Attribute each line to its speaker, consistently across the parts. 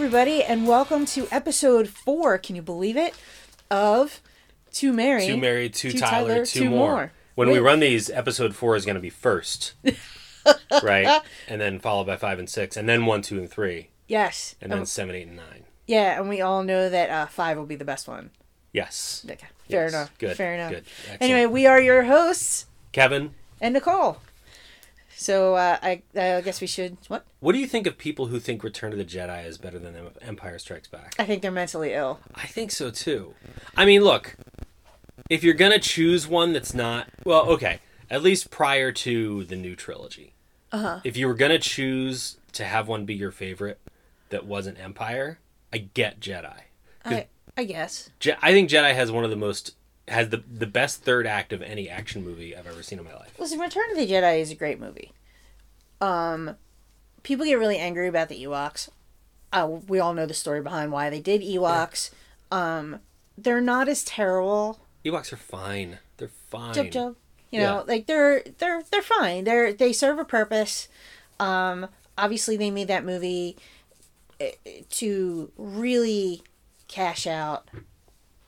Speaker 1: and welcome to episode four. Can you believe it? Of Two Mary,
Speaker 2: Two Mary, Two, Tyler, Two, more. When we
Speaker 1: Wait.
Speaker 2: run these, episode four is going to be first, right? And then followed by five and six, and then one, two, and three,
Speaker 1: Yes,
Speaker 2: and then
Speaker 1: Um,
Speaker 2: seven, eight, and nine.
Speaker 1: yeah, and we all know that uh, five will be the best one.
Speaker 2: Yes.
Speaker 1: Okay, fair
Speaker 2: Yes.
Speaker 1: enough.
Speaker 2: Good.
Speaker 1: Fair enough.
Speaker 2: Good. Excellent.
Speaker 1: Anyway, we are your hosts
Speaker 2: Kevin,
Speaker 1: and Nicole. So uh, I, I guess we should. What?
Speaker 2: what do you think of people who think Return of the Jedi is better than Em- Empire Strikes Back?
Speaker 1: I think they're mentally ill.
Speaker 2: I think so too. I mean, look, if you're gonna choose one that's not well, okay, at least prior to the new trilogy. Uh-huh. If you were gonna choose to have one be your favorite that wasn't Empire, I get Jedi. 'Cause
Speaker 1: I, I guess.
Speaker 2: Je- I think Jedi has one of the most has the the best third act of any action movie I've ever seen in my life.
Speaker 1: Listen, Return of the Jedi is a great movie. Um, people get really angry about the Ewoks. Uh, we all know the story behind why they did Ewoks. Um, they're not as terrible.
Speaker 2: Ewoks are fine. They're fine.
Speaker 1: Jub jub. You know,
Speaker 2: Yeah.
Speaker 1: like they're they're they're fine. They're they serve a purpose. Um, obviously they made that movie eh, eh, to really cash out.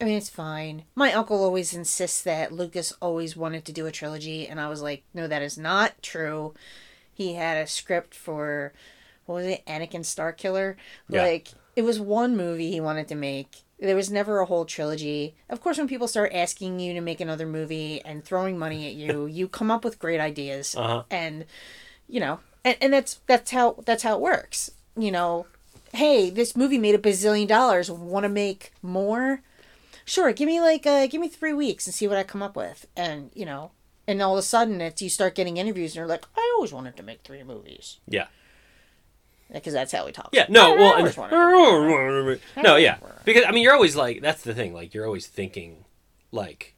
Speaker 1: I mean, it's fine. My uncle always insists that Lucas always wanted to do a trilogy, and I was like, no, that is not true. He had a script for what was it, Anakin Starkiller?
Speaker 2: Yeah.
Speaker 1: Like it was one movie he wanted to make. There was never a whole trilogy. Of course, when people start asking you to make another movie and throwing money at you, you come up with great ideas,
Speaker 2: Uh-huh.
Speaker 1: and you know, and, and that's that's how that's how it works. You know, hey, this movie made a bazillion dollars. Want to make more? Sure, give me like uh, give me three weeks and see what I come up with, and you know, and all of a sudden it's you start getting interviews and you're like, I always wanted to make three movies
Speaker 2: Yeah.
Speaker 1: because that's how we talk.
Speaker 2: Yeah, no,
Speaker 1: I
Speaker 2: well,
Speaker 1: always
Speaker 2: and-
Speaker 1: to-
Speaker 2: no, yeah, because I mean, you're always like, that's the thing, like you're always thinking, like,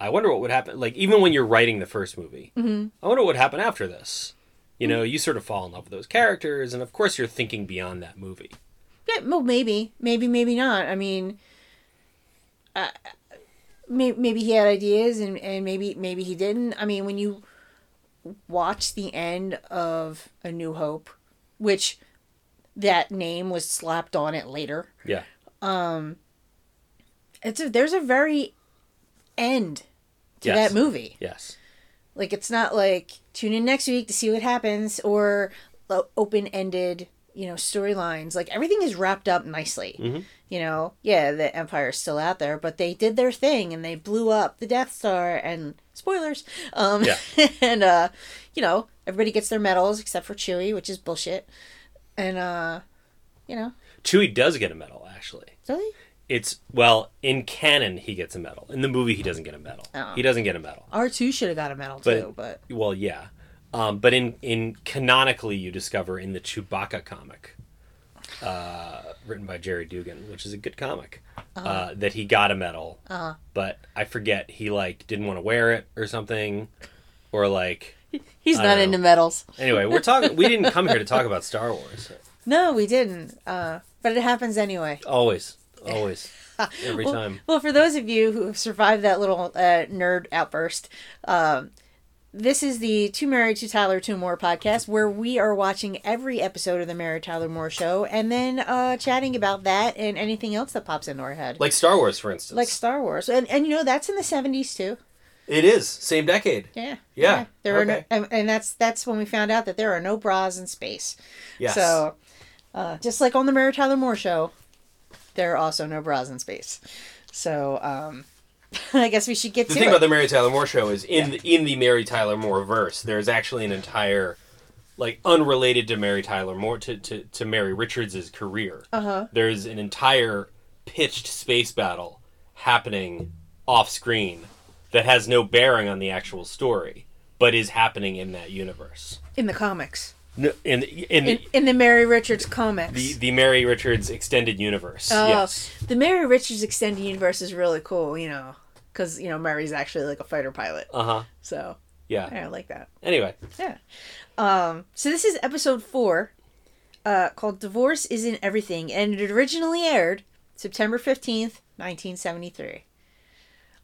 Speaker 2: I wonder what would happen, like even when you're writing the first movie, I wonder what would happen after this. You know, you sort of fall in love with those characters, and of course, you're thinking beyond that movie.
Speaker 1: Yeah, well, maybe, maybe, maybe not. I mean, uh, maybe, maybe he had ideas, and and maybe maybe he didn't. I mean, when you watch the end of A New Hope, which that name was slapped on it later.
Speaker 2: Yeah,
Speaker 1: It's a, there's a very end to
Speaker 2: Yes.
Speaker 1: that movie.
Speaker 2: yes,
Speaker 1: Like it's not like tune in next week to see what happens or open ended, you know, storylines. Like everything is wrapped up nicely.
Speaker 2: Mm-hmm.
Speaker 1: You know, yeah, the Empire is still out there, but they did their thing and they blew up the Death Star and spoilers. Um,
Speaker 2: Yeah.
Speaker 1: and uh, you know, everybody gets their medals except for Chewie, which is bullshit. And uh, you know,
Speaker 2: Chewie does get a medal. Actually,
Speaker 1: really,
Speaker 2: it's well in canon he gets a medal. In the movie, he doesn't get a medal.
Speaker 1: Oh.
Speaker 2: He doesn't get a medal.
Speaker 1: R two should have got a medal
Speaker 2: But-
Speaker 1: too, but
Speaker 2: Well, yeah, um, but in in canonically, you discover in the Chewbacca comic, uh, written by Jerry Dugan, which is a good comic, uh
Speaker 1: Uh-huh.
Speaker 2: that he got a medal, uh but I forget he like didn't want to wear it or something, or like
Speaker 1: he's not
Speaker 2: know.
Speaker 1: into medals.
Speaker 2: anyway, we're talking. we didn't come here to talk about Star Wars.
Speaker 1: No, we didn't. Uh, but it happens anyway.
Speaker 2: Always, always, every time.
Speaker 1: Well, for those of you who have survived that little uh, nerd outburst, um, this is the Two Married, Two Tyler, Two More podcast, where we are watching every episode of the Mary Tyler Moore Show and then uh, chatting about that and anything else that pops into our head.
Speaker 2: Like Star Wars, for instance.
Speaker 1: Like Star Wars, and and you know that's in the seventies too.
Speaker 2: it is same decade.
Speaker 1: Yeah,
Speaker 2: Yeah,
Speaker 1: There are no,
Speaker 2: okay.
Speaker 1: and, and that's that's when we found out that there are no bras in space.
Speaker 2: Yes.
Speaker 1: So, uh, just like on the Mary Tyler Moore show, there are also no bras in space. So, um, I guess we should get
Speaker 2: the
Speaker 1: to
Speaker 2: thing
Speaker 1: it.
Speaker 2: about the Mary Tyler Moore show is in the, in the Mary Tyler Moore verse, there's actually an entire like unrelated to Mary Tyler Moore to to, to Mary Richards's career. Uh-huh. There's an entire pitched space battle happening off screen that has no bearing on the actual story, but is happening in that universe.
Speaker 1: in the comics,
Speaker 2: No, in in,
Speaker 1: in, in the Mary Richards comics.
Speaker 2: the, the Mary Richards extended universe.
Speaker 1: Oh,
Speaker 2: yes.
Speaker 1: the Mary Richards extended universe is really cool, you know, because you know Mary's actually like a fighter pilot.
Speaker 2: Uh huh.
Speaker 1: So
Speaker 2: Yeah.
Speaker 1: yeah, I like that.
Speaker 2: Anyway,
Speaker 1: Yeah. Um, so this is episode four, uh, called "Divorce Isn't Everything," and it originally aired September fifteenth, nineteen seventy-three.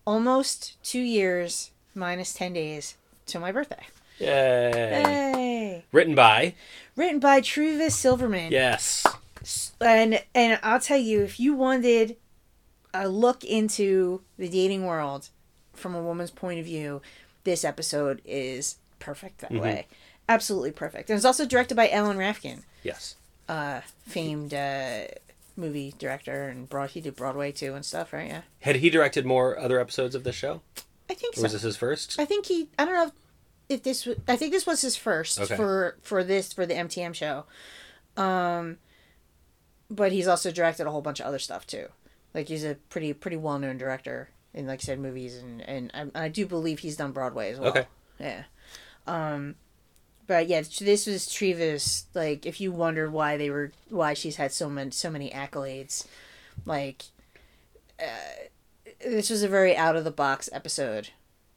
Speaker 1: Almost two years minus ten days to my birthday.
Speaker 2: yay.
Speaker 1: Hey.
Speaker 2: Written by
Speaker 1: Written by Truvis Silverman.
Speaker 2: yes,
Speaker 1: and and I'll tell you if you wanted a look into the dating world from a woman's point of view, this episode is perfect that way. Absolutely perfect. And it's also directed by Alan Rafkin,
Speaker 2: Yes.
Speaker 1: uh, famed uh, movie director, and broad he did Broadway too and stuff, right? Yeah,
Speaker 2: Had he directed more other episodes of the show?
Speaker 1: I think
Speaker 2: Or
Speaker 1: so.
Speaker 2: was this his first?
Speaker 1: I think he. I don't know if, if this. Was, I think this was his first
Speaker 2: Okay.
Speaker 1: for for this for the MTM show. Um, but he's also directed a whole bunch of other stuff too. Like he's a pretty pretty well known director in like I said movies and and I, I do believe he's done Broadway as well.
Speaker 2: Okay.
Speaker 1: Yeah. Um, but yeah, this was Trevis. Like if you wondered why they were why she's had so many so many accolades, like. Uh, this was a very out of the box episode.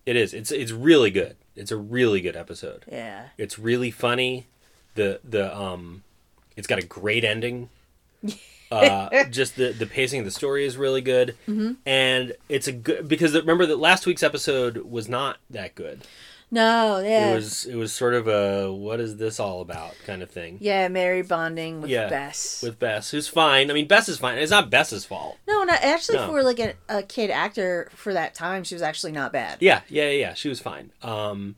Speaker 2: It is. It's it's really good. It's a really good episode.
Speaker 1: Yeah.
Speaker 2: It's really funny. The the um, it's got a great ending. Uh, just the the pacing of the story is really good,
Speaker 1: Mm-hmm.
Speaker 2: and it's a good because remember that last week's episode was not that good.
Speaker 1: No, yeah.
Speaker 2: It was it was sort of a what is this all about kind of thing
Speaker 1: yeah, Mary bonding with
Speaker 2: Yeah,
Speaker 1: Bess.
Speaker 2: with Bess, who's fine. I mean, Bess is fine. It's not Bess's fault.
Speaker 1: no, not actually
Speaker 2: No.
Speaker 1: for like a, a kid actor for that time, she was actually not bad.
Speaker 2: Yeah, yeah, yeah. yeah, She was fine. Um,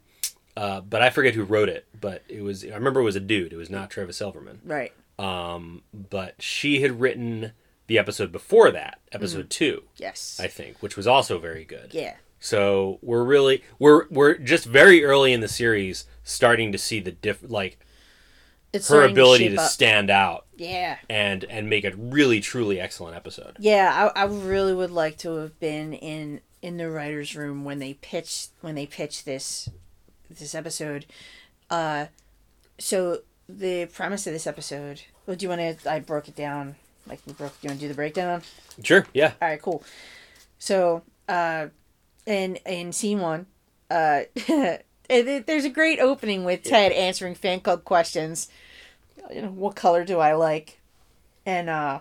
Speaker 2: uh, but I forget who wrote it. But it was I remember it was a dude. It was not Travis Silverman.
Speaker 1: Right.
Speaker 2: Um, but she had written the episode before that, episode two,
Speaker 1: Yes.
Speaker 2: I think, which was also very good.
Speaker 1: Mm. yeah.
Speaker 2: So we're really we're we're just very early in the series starting to see the diff like
Speaker 1: It's
Speaker 2: her
Speaker 1: starting
Speaker 2: ability to,
Speaker 1: shape up.
Speaker 2: stand out
Speaker 1: Yeah.
Speaker 2: and and make a really truly excellent episode.
Speaker 1: Yeah, I, I really would like to have been in in the writers' room when they pitched when they pitched this this episode. Uh, so the premise of this episode. Well, do you want to? I broke it down. Like we broke. Do you want to do the breakdown?
Speaker 2: Sure. Yeah.
Speaker 1: All right, cool. So, uh, in in scene one, uh, and it- there's a great opening with Ted answering fan club questions. You know, what color do I like? And uh,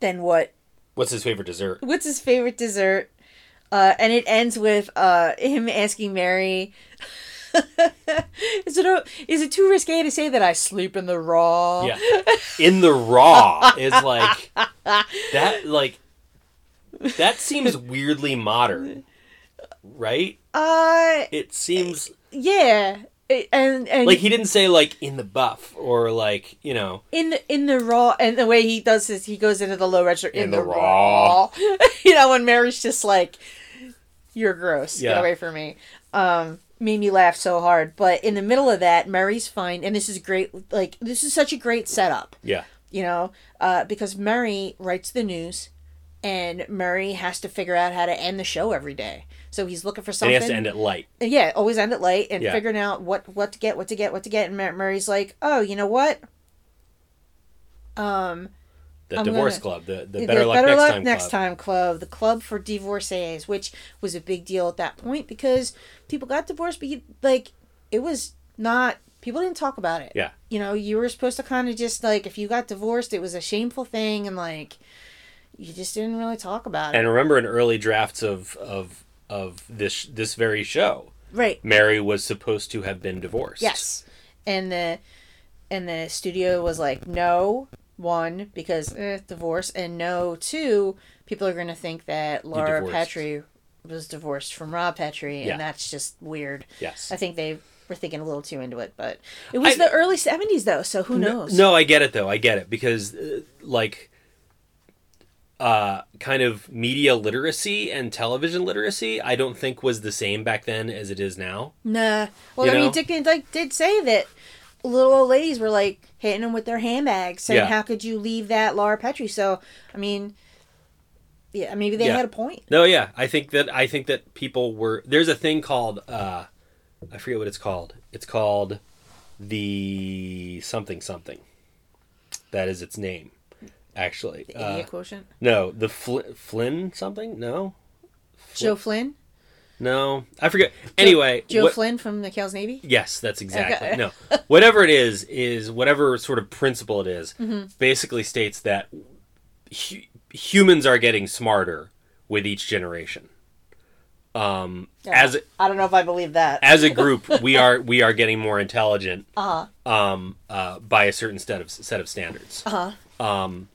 Speaker 1: then what?
Speaker 2: What's his favorite dessert?
Speaker 1: What's his favorite dessert? Uh, and it ends with uh, him asking Mary, "Is it o is it too risque to say that I sleep in the raw?"
Speaker 2: Yeah. In the raw is like that like that seems weirdly modern. Right?
Speaker 1: Uh,
Speaker 2: It seems
Speaker 1: yeah. It- and and
Speaker 2: like he didn't say like in the buff or like, you know,
Speaker 1: in the in the raw and the way he does this he goes into the low register in,
Speaker 2: In
Speaker 1: the,
Speaker 2: the
Speaker 1: raw, you know when mary's just like you're gross get
Speaker 2: Yeah.
Speaker 1: away from me um made me laugh so hard but in the middle of that mary's fine and this is great like this is such a great setup
Speaker 2: yeah.
Speaker 1: you know uh, because murray writes the news and murray has to figure out how to end the show every day so he's looking for
Speaker 2: And he
Speaker 1: something
Speaker 2: has to end it light.
Speaker 1: yeah, always end it late and
Speaker 2: Yeah.
Speaker 1: figuring out what what to get, what to get, what to get. And Mur- Murray's like, oh, you know what? Um,
Speaker 2: The
Speaker 1: I'm
Speaker 2: divorce
Speaker 1: gonna-
Speaker 2: club, the, the
Speaker 1: the
Speaker 2: better luck next time
Speaker 1: Next
Speaker 2: club.
Speaker 1: Time Club, the club for divorcees, which was a big deal at that point because people got divorced, but you, like it was not people didn't talk about it.
Speaker 2: Yeah.
Speaker 1: you know, you were supposed to kind of just like if you got divorced, it was a shameful thing, and like you just didn't really talk about it.
Speaker 2: And remember in early drafts of of of this this very show,
Speaker 1: Right.
Speaker 2: Mary was supposed to have been divorced.
Speaker 1: Yes. And the and the studio was like, no, one, because eh, divorce, and no, two, people are gonna think that Laura
Speaker 2: divorced.
Speaker 1: Petrie was divorced from Rob Petrie, and
Speaker 2: Yeah.
Speaker 1: that's just weird.
Speaker 2: Yes.
Speaker 1: I think they were thinking a little too into it, but it was
Speaker 2: I-
Speaker 1: the early seventies though, Oh, so who knows?
Speaker 2: No, I get it though. I get it because uh, like uh kind of media literacy and television literacy I don't think was the same back then as it is now.
Speaker 1: Nah. Well,
Speaker 2: You
Speaker 1: I mean,
Speaker 2: know?
Speaker 1: Dick Van Dyke did say that little old ladies were like hitting him with their handbags, saying,
Speaker 2: Yeah.
Speaker 1: "How could you leave that Laura Petrie?" So, I mean, yeah, maybe they
Speaker 2: Yeah.
Speaker 1: had a point.
Speaker 2: No, yeah. I think that I think that people were there's a thing called uh I forget what it's called. It's called the something something. That is its name actually. Uh,
Speaker 1: Idiot quotient.
Speaker 2: no, the Fl- Flynn something? No.
Speaker 1: Joe Flynn.
Speaker 2: No. I forget. Anyway,
Speaker 1: Joe
Speaker 2: what-
Speaker 1: Flynn from the Cal's Navy.
Speaker 2: Yes, that's exactly.
Speaker 1: Okay.
Speaker 2: No. Whatever it is, is whatever sort of principle it is,
Speaker 1: Mm-hmm.
Speaker 2: basically states that hu- humans are getting smarter with each generation. Um,
Speaker 1: Yeah.
Speaker 2: as
Speaker 1: I don't know if I believe that.
Speaker 2: as a group, we are we are getting more intelligent
Speaker 1: Uh huh.
Speaker 2: um, uh, by a certain set of set of standards.
Speaker 1: Uh huh.
Speaker 2: Um,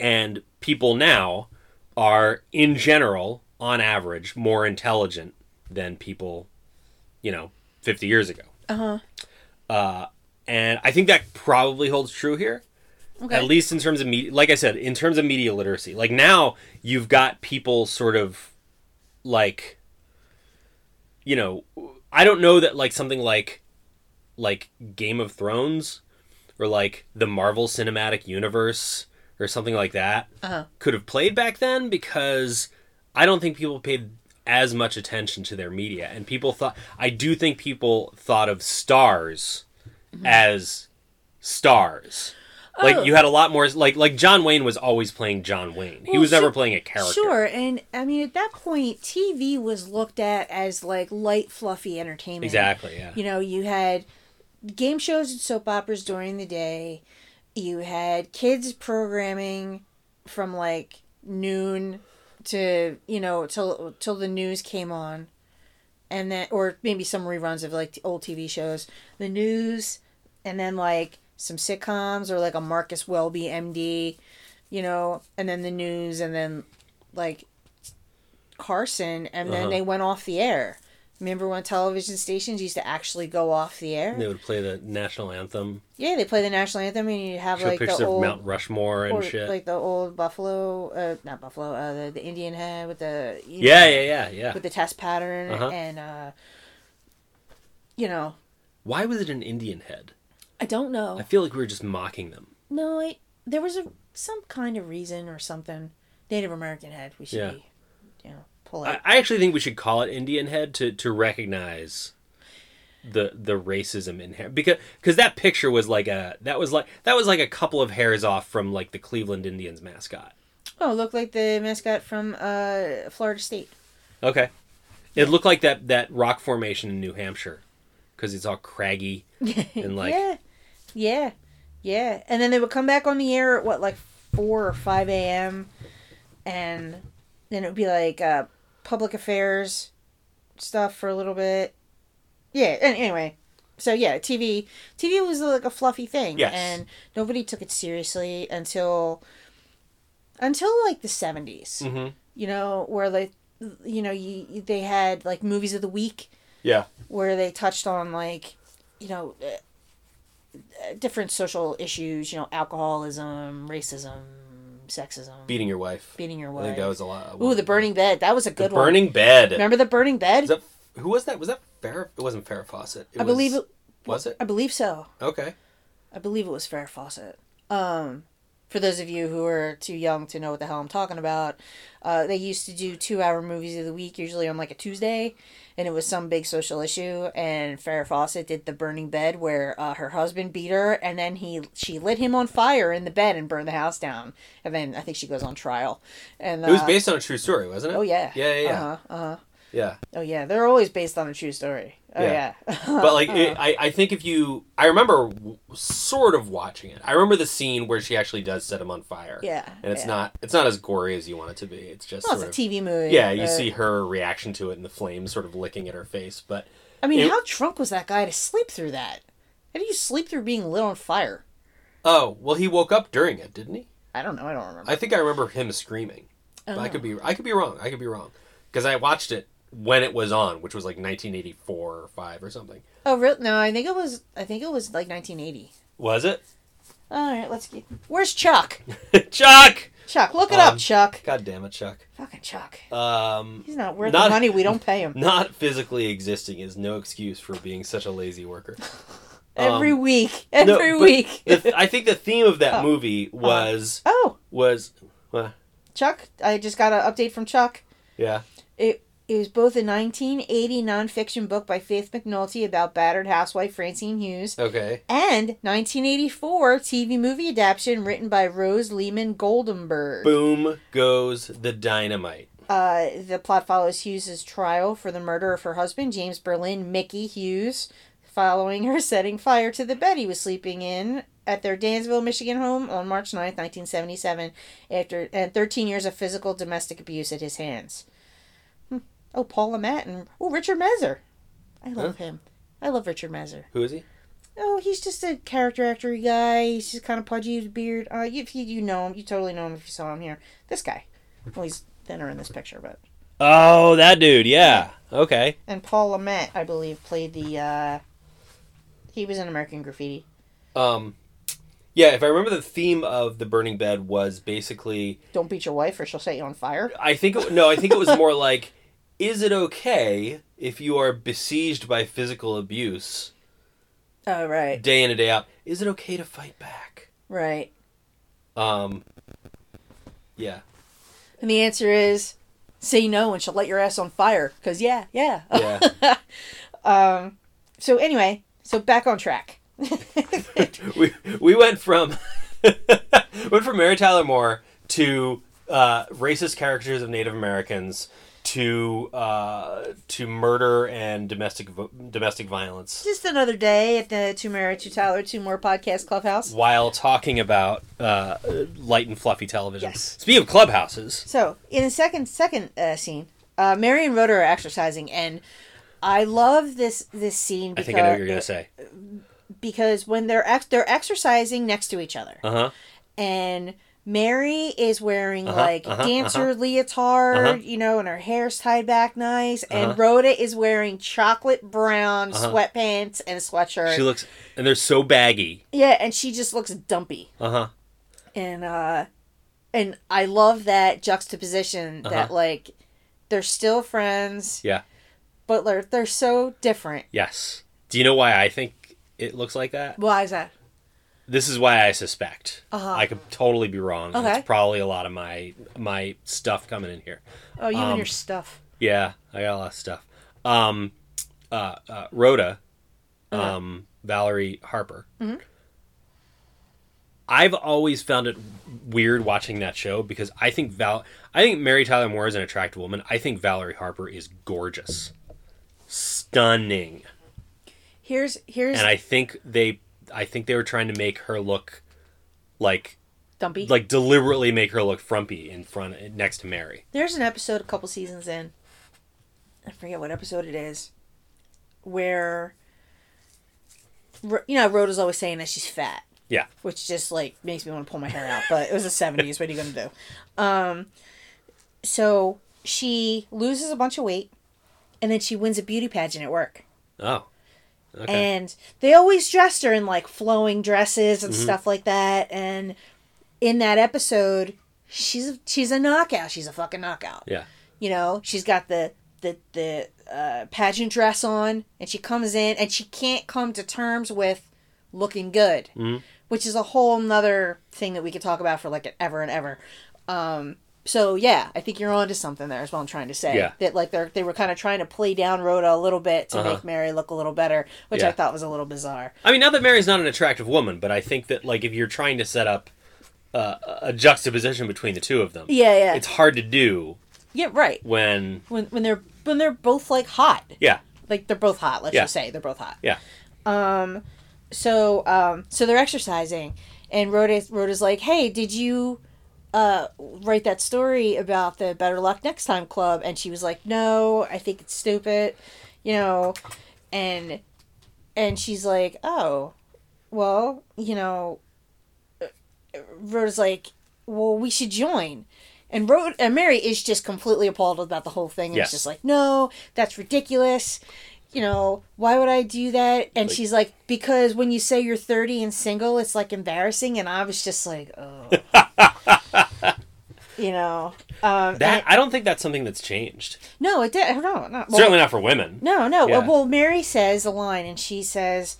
Speaker 2: and people now are, in general, on average, more intelligent than people, you know, 50 years ago.
Speaker 1: Uh huh.
Speaker 2: Uh, and I think that probably holds true here,
Speaker 1: Okay.
Speaker 2: at least in terms of media. Like I said, in terms of media literacy, like now you've got people sort of like, you know, I don't know that like something like, like Game of Thrones, or like the Marvel Cinematic Universe, or something like that,
Speaker 1: Uh-huh.
Speaker 2: could have played back then because I don't think people paid as much attention to their media, and people thought I do think people thought of stars as
Speaker 1: Mm-hmm.
Speaker 2: stars.
Speaker 1: Oh.
Speaker 2: Like you had a lot more like like John Wayne was always playing John Wayne. he
Speaker 1: Well,
Speaker 2: was never
Speaker 1: sure-
Speaker 2: playing a character.
Speaker 1: Sure, and I mean at that point, TV was looked at as like light, fluffy entertainment.
Speaker 2: Exactly, yeah.
Speaker 1: You know, you had game shows and soap operas during the day. You had kids programming from like noon to you know till till the news came on, and then or maybe some reruns of like old TV shows, the news, and then like some sitcoms or like a Marcus Welby MD, you know, and then the news, and then like Carson, and then
Speaker 2: Uh-huh.
Speaker 1: they went off the air. Remember when television stations used to actually go off the air?
Speaker 2: They would play the national anthem,
Speaker 1: Yeah, they play the national anthem, and you have
Speaker 2: show
Speaker 1: like
Speaker 2: pictures
Speaker 1: the
Speaker 2: of
Speaker 1: old,
Speaker 2: Mount Rushmore and
Speaker 1: or,
Speaker 2: shit.
Speaker 1: like the old buffalo, uh, not buffalo, uh, the, the Indian head with the you
Speaker 2: yeah,
Speaker 1: know,
Speaker 2: yeah, yeah, yeah.
Speaker 1: with the test pattern
Speaker 2: Uh-huh.
Speaker 1: and uh, you know,
Speaker 2: Why was it an Indian head?
Speaker 1: I don't know.
Speaker 2: I feel like we were just mocking them.
Speaker 1: No, I, there was a some kind of reason or something. Native American head. We should
Speaker 2: Yeah.
Speaker 1: be, you know, pull
Speaker 2: I,
Speaker 1: it.
Speaker 2: I actually think we should call it Indian head to to recognize the the racism in hair because because that picture was like a that was like that was like a couple of hairs off from like the Cleveland Indians mascot.
Speaker 1: Oh, look like the mascot from uh, Florida State.
Speaker 2: Okay, it looked like that that rock formation in New Hampshire because it's all craggy and like
Speaker 1: yeah, yeah, yeah. And then they would come back on the air at what, like four or five a.m. And then it would be like uh, public affairs stuff for a little bit. Yeah. And anyway, so yeah, TV TV was like a fluffy thing,
Speaker 2: Yes.
Speaker 1: and nobody took it seriously until until like the 70s
Speaker 2: Mhm.
Speaker 1: You know, where like you know you, they had like movies of the week
Speaker 2: yeah
Speaker 1: where they touched on like you know uh, uh, different social issues you know alcoholism racism sexism
Speaker 2: beating your wife.
Speaker 1: beating your
Speaker 2: I think
Speaker 1: wife
Speaker 2: that was a lot.
Speaker 1: ooh the burning bed that was a
Speaker 2: The
Speaker 1: good one
Speaker 2: burning bed.
Speaker 1: remember the burning bed
Speaker 2: Is that, who was that? Was that Farrah? It wasn't Farrah Fawcett. It
Speaker 1: i
Speaker 2: was-
Speaker 1: believe it
Speaker 2: Was it
Speaker 1: i believe so
Speaker 2: okay?
Speaker 1: i believe it was farrah fawcett um for those of you who are too young to know what the hell I'm talking about, uh, they used to do two hour movies of the week, usually on like a Tuesday, and it was some big social issue. And Farrah Fawcett did the burning bed where uh, her husband beat her, and then he she lit him on fire in the bed and burned the house down. And then I think she goes on trial. And uh,
Speaker 2: It was based on a true story, wasn't it?
Speaker 1: oh yeah,
Speaker 2: yeah, yeah, yeah.
Speaker 1: uh-huh, uh-huh.
Speaker 2: yeah.
Speaker 1: oh yeah. They're always based on a true story. Oh yeah,
Speaker 2: Yeah. but like it,
Speaker 1: Uh-huh.
Speaker 2: I, I think if you i remember w- sort of watching it i remember the scene where she actually does set him on fire
Speaker 1: yeah.
Speaker 2: and it's
Speaker 1: yeah.
Speaker 2: not it's not as gory as you want it to be it's just
Speaker 1: Well,
Speaker 2: sort
Speaker 1: it's a TV movie.
Speaker 2: of yeah you
Speaker 1: but-
Speaker 2: see her reaction to it and the flames sort of licking at her face but
Speaker 1: I mean,
Speaker 2: It-
Speaker 1: how drunk was that guy to sleep through that? How do you sleep through being lit on fire?
Speaker 2: oh well he woke up during it didn't he
Speaker 1: I don't know. I don't remember.
Speaker 2: i think i remember him screaming
Speaker 1: I,
Speaker 2: But i could be i could be wrong i could be wrong because i watched it when it was on which was like 1984 or 5 or something
Speaker 1: Oh, really? No, I think it was. I think it was like 1980.
Speaker 2: was it
Speaker 1: All right, let's get. Where's Chuck?
Speaker 2: chuck
Speaker 1: Chuck, look it
Speaker 2: Um,
Speaker 1: up, Chuck.
Speaker 2: god damn it chuck
Speaker 1: Fucking Chuck.
Speaker 2: um
Speaker 1: He's not worth
Speaker 2: not- Um,
Speaker 1: the money we don't pay him.
Speaker 2: Not physically existing is no excuse for being such a lazy worker.
Speaker 1: every
Speaker 2: um,
Speaker 1: week,
Speaker 2: no,
Speaker 1: every
Speaker 2: but
Speaker 1: week.
Speaker 2: The th- I think the theme of that
Speaker 1: Oh.
Speaker 2: movie was
Speaker 1: oh,
Speaker 2: was
Speaker 1: Chuck! I just got an update from Chuck.
Speaker 2: yeah.
Speaker 1: It was both a 1980 nonfiction book by Faith McNulty about battered housewife Francine Hughes
Speaker 2: Okay.
Speaker 1: and 1984 TV movie adaptation written by Rose Lehman Goldenberg.
Speaker 2: Boom goes the dynamite.
Speaker 1: Uh, the plot follows Hughes' trial for the murder of her husband, James Berlin Mickey Hughes, following her setting fire to the bed he was sleeping in at their Dansville, Michigan home on March 9th, 1977, after and 13 years of physical domestic abuse at his hands. Hmm. Oh, Paul Lamette and oh Richard Mezzer. I love him. I love Richard Mezzer.
Speaker 2: Who is he?
Speaker 1: Oh, he's just a character actory guy. He's just kind of pudgy, with a beard. Uh, you, if you, you know him, you totally know him if you saw him here. This guy. Well, he's thinner in this picture, but
Speaker 3: Oh, that dude. Yeah. Okay.
Speaker 1: and Paul Lamette, I believe, played the. uh He was in American Graffiti.
Speaker 2: Um, yeah, if I remember, the theme of the burning bed was basically.
Speaker 1: Don't beat your wife, or she'll set you on fire.
Speaker 2: I think it, no, I think it was more like, is it okay if you are besieged by physical abuse
Speaker 1: Oh right,
Speaker 2: day in and day out? Is it okay to fight back?
Speaker 1: right.
Speaker 2: Um, yeah,
Speaker 1: And the answer is, say no, and she'll let your ass on fire. Cause yeah, yeah.
Speaker 2: yeah.
Speaker 1: um. So anyway, so back on track.
Speaker 2: we we went from went from Mary Tyler Moore to uh, racist caricatures of Native Americans to uh, to murder and domestic vo- domestic violence
Speaker 1: Just another day at the Two Mary, Two Tyler, Two More Podcast Clubhouse.
Speaker 2: while talking about uh, light and fluffy television.
Speaker 1: Yes.
Speaker 2: Speaking of clubhouses,
Speaker 1: So in the second second uh, scene, uh, Mary and Rhoda are exercising, and I love this this scene
Speaker 2: I
Speaker 1: because
Speaker 2: think I know what you're gonna say.
Speaker 1: because when they're ex- they're exercising next to each other,
Speaker 2: Uh huh.
Speaker 1: and Mary is wearing
Speaker 2: Uh-huh,
Speaker 1: like dancer leotard, you know, and her hair's tied back nice, and
Speaker 2: Uh-huh.
Speaker 1: Rhoda is wearing chocolate brown sweatpants and a sweatshirt.
Speaker 2: She looks and they're so baggy.
Speaker 1: yeah, and she just looks dumpy.
Speaker 2: Uh huh.
Speaker 1: and uh and i love that juxtaposition that
Speaker 2: Uh-huh.
Speaker 1: like they're still friends
Speaker 2: Yeah.
Speaker 1: but they're, they're so different
Speaker 2: Yes. Do you know why I think it looks like that?
Speaker 1: why is that
Speaker 2: this is why I suspect.
Speaker 1: Uh-huh.
Speaker 2: I could totally be wrong. and
Speaker 1: Okay.
Speaker 2: It's probably a lot of my my stuff coming in here.
Speaker 1: oh you and
Speaker 2: Um,
Speaker 1: your stuff
Speaker 2: Yeah, I got a lot of stuff. Um, uh, uh, Rhoda, um, Valerie Harper. I've always found it weird watching that show because I think Val, I think Mary Tyler Moore is an attractive woman. I think Valerie Harper is gorgeous, stunning,
Speaker 1: here's here's
Speaker 2: and I think they, I think they were trying to make her look like
Speaker 1: dumpy
Speaker 2: like deliberately make her look frumpy in front next to Mary.
Speaker 1: there's an episode a couple seasons in i forget what episode it is where Ro- you know rhoda's always saying that she's fat
Speaker 2: Yeah.
Speaker 1: which just like makes me want to pull my hair out. But it was the seventies. What are you gonna do? Um, so she loses a bunch of weight, and then she wins a beauty pageant at work.
Speaker 2: Oh. Okay.
Speaker 1: And they always dressed her in like flowing dresses and stuff like that. And in that episode, she's she's a knockout. She's a fucking knockout.
Speaker 2: yeah.
Speaker 1: You know, she's got the the the uh, pageant dress on, and she comes in, and she can't come to terms with looking good,
Speaker 2: Mm-hmm.
Speaker 1: which is a whole nother thing that we could talk about for like ever and ever. Um, so yeah, I think you're onto something there is what I'm trying to say.
Speaker 2: Yeah.
Speaker 1: That like they are they were kind of trying to play down Rhoda a little bit to
Speaker 2: Uh-huh.
Speaker 1: make Mary look a little better, which I
Speaker 2: Yeah.
Speaker 1: thought was a little bizarre.
Speaker 2: I mean, not that Mary's not an attractive woman, but I think that like if you're trying to set up uh, a juxtaposition between the two of them,
Speaker 1: Yeah, yeah,
Speaker 2: it's hard to do
Speaker 1: yeah, right.
Speaker 2: when
Speaker 1: When when they're when they're both like hot,
Speaker 2: yeah,
Speaker 1: like they're both hot. Let's
Speaker 2: Yeah.
Speaker 1: just say they're both hot.
Speaker 2: yeah,
Speaker 1: Um, so um, so they're exercising, and Rhoda Rhoda's like, "Hey, did you uh write that story about the Better Luck Next Time Club?" And she was like, "No, I think it's stupid," you know, and and she's like, "Oh, well, you know," Rhoda's like, "Well, we should join." And, Rhoda, and Mary is just completely appalled about the whole thing. And
Speaker 2: Yes.
Speaker 1: it's just like, no, that's ridiculous you know, why would I do that? And she's like, because when you say you're 30 and single, it's like embarrassing. And I was just like, oh. you know, um,
Speaker 2: that
Speaker 1: and-
Speaker 2: I don't think that's something that's changed.
Speaker 1: no, it did. No, no. Well,
Speaker 2: Certainly not for women.
Speaker 1: no, no.
Speaker 2: Yeah.
Speaker 1: Well, Mary says a line, and she says,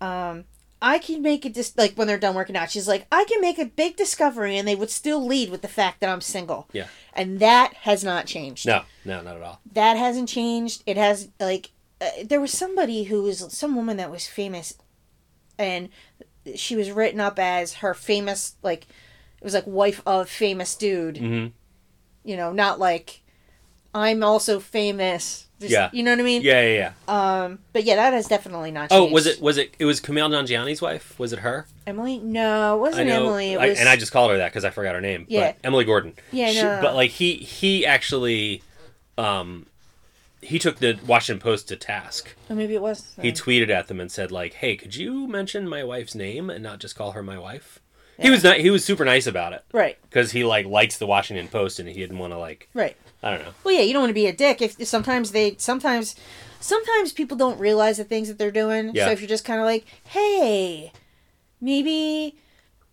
Speaker 1: um, "I can make a dis like when they're done working out." She's like, "I can make a big discovery," and they would still lead with the fact that I'm single.
Speaker 2: Yeah.
Speaker 1: and that has not changed
Speaker 2: No, no, not at all.
Speaker 1: that hasn't changed. It has like uh, there was somebody who was some woman that was famous, and she was written up as her famous like it was like wife of famous dude.
Speaker 2: Mhm.
Speaker 1: You know, not like I'm also famous. Just-
Speaker 2: Yeah.
Speaker 1: you know what I mean.
Speaker 2: Yeah, yeah, yeah.
Speaker 1: Um, but yeah, that has definitely not.
Speaker 2: Oh,
Speaker 1: changed.
Speaker 2: was it was it it was Camille Nangiani's wife? Was it her?
Speaker 1: Emily? No, it
Speaker 2: I
Speaker 1: wasn't
Speaker 2: know,
Speaker 1: Emily. It
Speaker 2: I-
Speaker 1: was
Speaker 2: and I just called her that because I forgot her name.
Speaker 1: Yeah.
Speaker 2: but Emily Gordon.
Speaker 1: Yeah,
Speaker 2: She-
Speaker 1: no.
Speaker 2: But like he he actually, um, he took the Washington Post to task.
Speaker 1: Or Oh, maybe it was.
Speaker 2: He tweeted at them and said like, "Hey, could you mention my wife's name and not just call her my wife?" He was not. He was super nice about it
Speaker 1: right.
Speaker 2: because he like likes the Washington Post and he didn't want to like
Speaker 1: Right.
Speaker 2: I don't know.
Speaker 1: Well, yeah, you don't want to be a dick. If sometimes they sometimes sometimes people don't realize the things that they're doing.
Speaker 2: Yeah.
Speaker 1: So if you're just kind of like, hey, maybe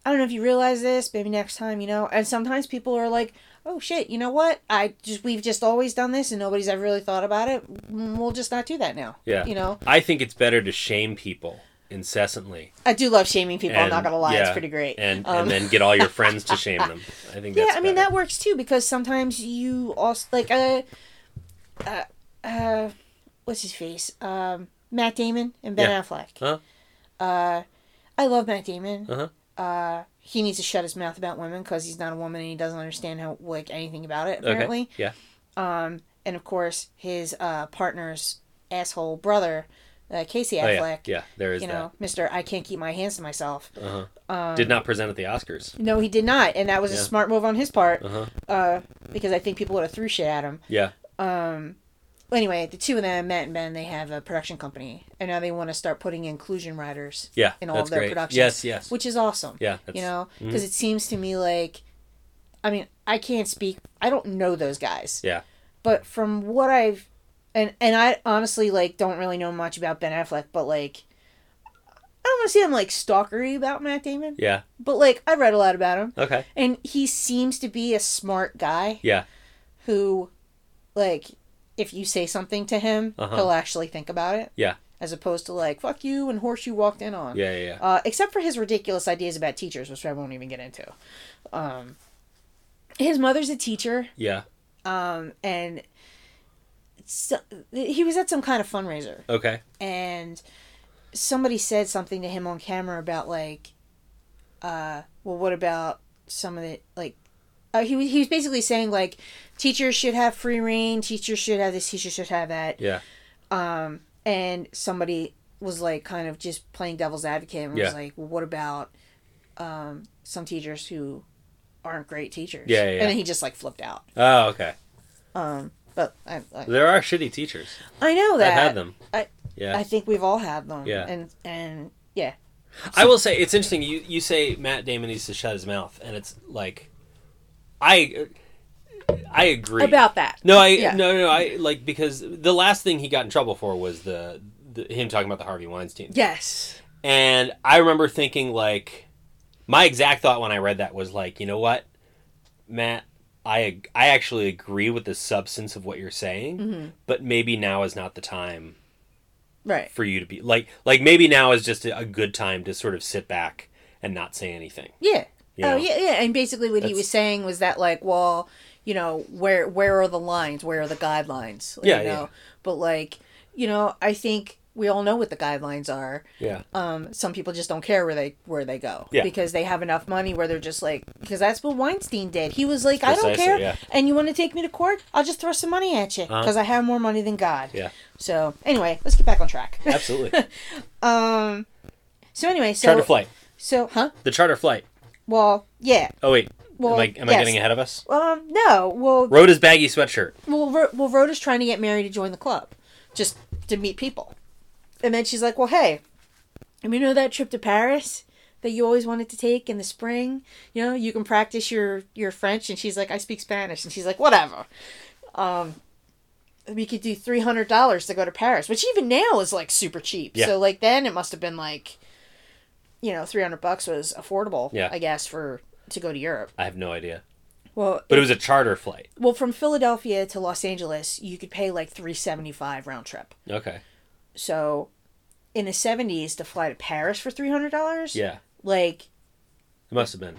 Speaker 1: I don't know if you realize this. Maybe next time, you know. And sometimes people are like, oh shit, you know what? I just we've just always done this and nobody's ever really thought about it. Mm, We'll just not do that now.
Speaker 2: Yeah,
Speaker 1: You know.
Speaker 2: I think it's better to shame people incessantly.
Speaker 1: I do love shaming people. I'm
Speaker 2: and-
Speaker 1: not gonna lie, it's
Speaker 2: yeah,
Speaker 1: pretty great.
Speaker 2: And
Speaker 1: Um,
Speaker 2: and then get all your friends to shame them. I think that's
Speaker 1: yeah, I mean
Speaker 2: better.
Speaker 1: that works too because sometimes you also like uh, uh, uh what's his face um Matt Damon and Ben
Speaker 2: Yeah. Uh-huh.
Speaker 1: Affleck.
Speaker 2: Huh?
Speaker 1: Uh, I love Matt Damon.
Speaker 2: Uh-huh.
Speaker 1: Uh, he needs to shut his mouth about women because he's not a woman and he doesn't understand how like anything about it apparently.
Speaker 2: Okay. Yeah.
Speaker 1: Um, and of course his uh partner's asshole brother, uh, Casey
Speaker 2: Oh, yeah.
Speaker 1: Affleck.
Speaker 2: Yeah. There is
Speaker 1: You know, um, Mister, I can't keep my hands to myself.
Speaker 2: that. Uh-huh. Did not present at the Oscars.
Speaker 1: No, he did not, and that was
Speaker 2: Yeah.
Speaker 1: a smart move on his part,
Speaker 2: Uh-huh.
Speaker 1: uh, because I think people would have threw shit at him.
Speaker 2: Yeah.
Speaker 1: Um, anyway, the two of them, Matt and Ben, they have a production company, and now they want to start putting inclusion writers
Speaker 2: Yeah.
Speaker 1: in all
Speaker 2: that's
Speaker 1: of their
Speaker 2: great.
Speaker 1: productions.
Speaker 2: Yes. Yes.
Speaker 1: which is awesome.
Speaker 2: Yeah, that's- Mm-hmm.
Speaker 1: you know, because it seems to me like, I mean, I can't speak. I don't know those guys,
Speaker 2: yeah.
Speaker 1: but from what I've, and and I honestly like don't really know much about Ben Affleck, but like. I don't want to say I'm like stalkery about Matt Damon,
Speaker 2: Yeah.
Speaker 1: but like I read a lot about him.
Speaker 2: Okay.
Speaker 1: And he seems to be a smart guy
Speaker 2: Yeah.
Speaker 1: who, like, if you say something to him,
Speaker 2: Uh-huh.
Speaker 1: he'll actually think about it.
Speaker 2: Yeah.
Speaker 1: As opposed to, like, fuck you and horse you walked in on.
Speaker 2: Yeah. Yeah. yeah.
Speaker 1: Uh, except for his ridiculous ideas about teachers, which I won't even get into. Um, his mother's a teacher,
Speaker 2: Yeah.
Speaker 1: um, and so, he was at some kind of fundraiser
Speaker 2: Okay.
Speaker 1: and somebody said something to him on camera about like uh well what about some of the like uh, he, was- he was basically saying like teachers should have free reign teachers should have this teachers should have that
Speaker 2: Yeah.
Speaker 1: um and somebody was like kind of just playing devil's advocate and
Speaker 2: Yeah.
Speaker 1: was like well what about um some teachers who aren't great teachers
Speaker 2: Yeah, yeah, yeah.
Speaker 1: and then he just like flipped out
Speaker 2: Oh, okay.
Speaker 1: um but i i,
Speaker 2: There are shitty teachers.
Speaker 1: I know
Speaker 2: I've
Speaker 1: that
Speaker 2: had them.
Speaker 1: I-
Speaker 2: yeah.
Speaker 1: i think we've all had them
Speaker 2: Yeah.
Speaker 1: and and yeah
Speaker 2: I will say it's interesting. You you say Matt Damon needs to shut his mouth, and it's like, I, I agree
Speaker 1: about that.
Speaker 2: No, I
Speaker 1: Yeah.
Speaker 2: no no I like because the last thing he got in trouble for was the, the him talking about the Harvey Weinstein. thing.
Speaker 1: Yes.
Speaker 2: And I remember thinking like my exact thought when I read that was like, you know what, Matt, I I actually agree with the substance of what you're saying,
Speaker 1: Mm-hmm.
Speaker 2: but maybe now is not the time
Speaker 1: Right.
Speaker 2: for you to be like like maybe now is just a, a good time to sort of sit back and not say anything.
Speaker 1: Yeah.
Speaker 2: You know?
Speaker 1: Oh yeah, yeah. And basically, what he
Speaker 2: That's-
Speaker 1: was saying was that like, well, you know, where where are the lines? Where are the guidelines? Like,
Speaker 2: Yeah,
Speaker 1: You
Speaker 2: yeah.
Speaker 1: know? But like, you know, I think we all know what the guidelines are.
Speaker 2: Yeah.
Speaker 1: Um, some people just don't care where they where they go
Speaker 2: Yeah.
Speaker 1: because they have enough money where they're just like because that's what Weinstein did. He was like, I don't
Speaker 2: Precisely,
Speaker 1: care,
Speaker 2: yeah. Uh-huh.
Speaker 1: and you want to take me to court? I'll just throw some money at you because I have more money than God.
Speaker 2: Yeah.
Speaker 1: So anyway, let's get back on track.
Speaker 2: Absolutely.
Speaker 1: um. So anyway, so
Speaker 2: charter flight.
Speaker 1: so huh?
Speaker 2: The charter flight.
Speaker 1: Well, yeah.
Speaker 2: Oh wait.
Speaker 1: Well,
Speaker 2: am I am I
Speaker 1: yes.
Speaker 2: getting ahead of us?
Speaker 1: Um, no. Well,
Speaker 2: Rhoda's baggy sweatshirt.
Speaker 1: well, Ro- well, Rhoda's trying to get Mary to join the club, just to meet people, and then she's like, "Well, hey, and we know that trip to Paris that you always wanted to take in the spring. You know, you can practice your your French." And she's like, "I speak Spanish," and she's like, "Whatever." Um, we could do three hundred dollars to go to Paris, which even now is like super cheap.
Speaker 2: Yeah.
Speaker 1: So like then it must have been like, you know, three hundred bucks was affordable.
Speaker 2: Yeah.
Speaker 1: I guess for to go to Europe.
Speaker 2: I have no idea.
Speaker 1: Well,
Speaker 2: But it was a charter flight.
Speaker 1: Well, from Philadelphia to Los Angeles, you could pay like 375 round trip.
Speaker 2: Okay.
Speaker 1: So in the 70s to fly to Paris for $300,
Speaker 2: Yeah.
Speaker 1: like
Speaker 2: It must have been.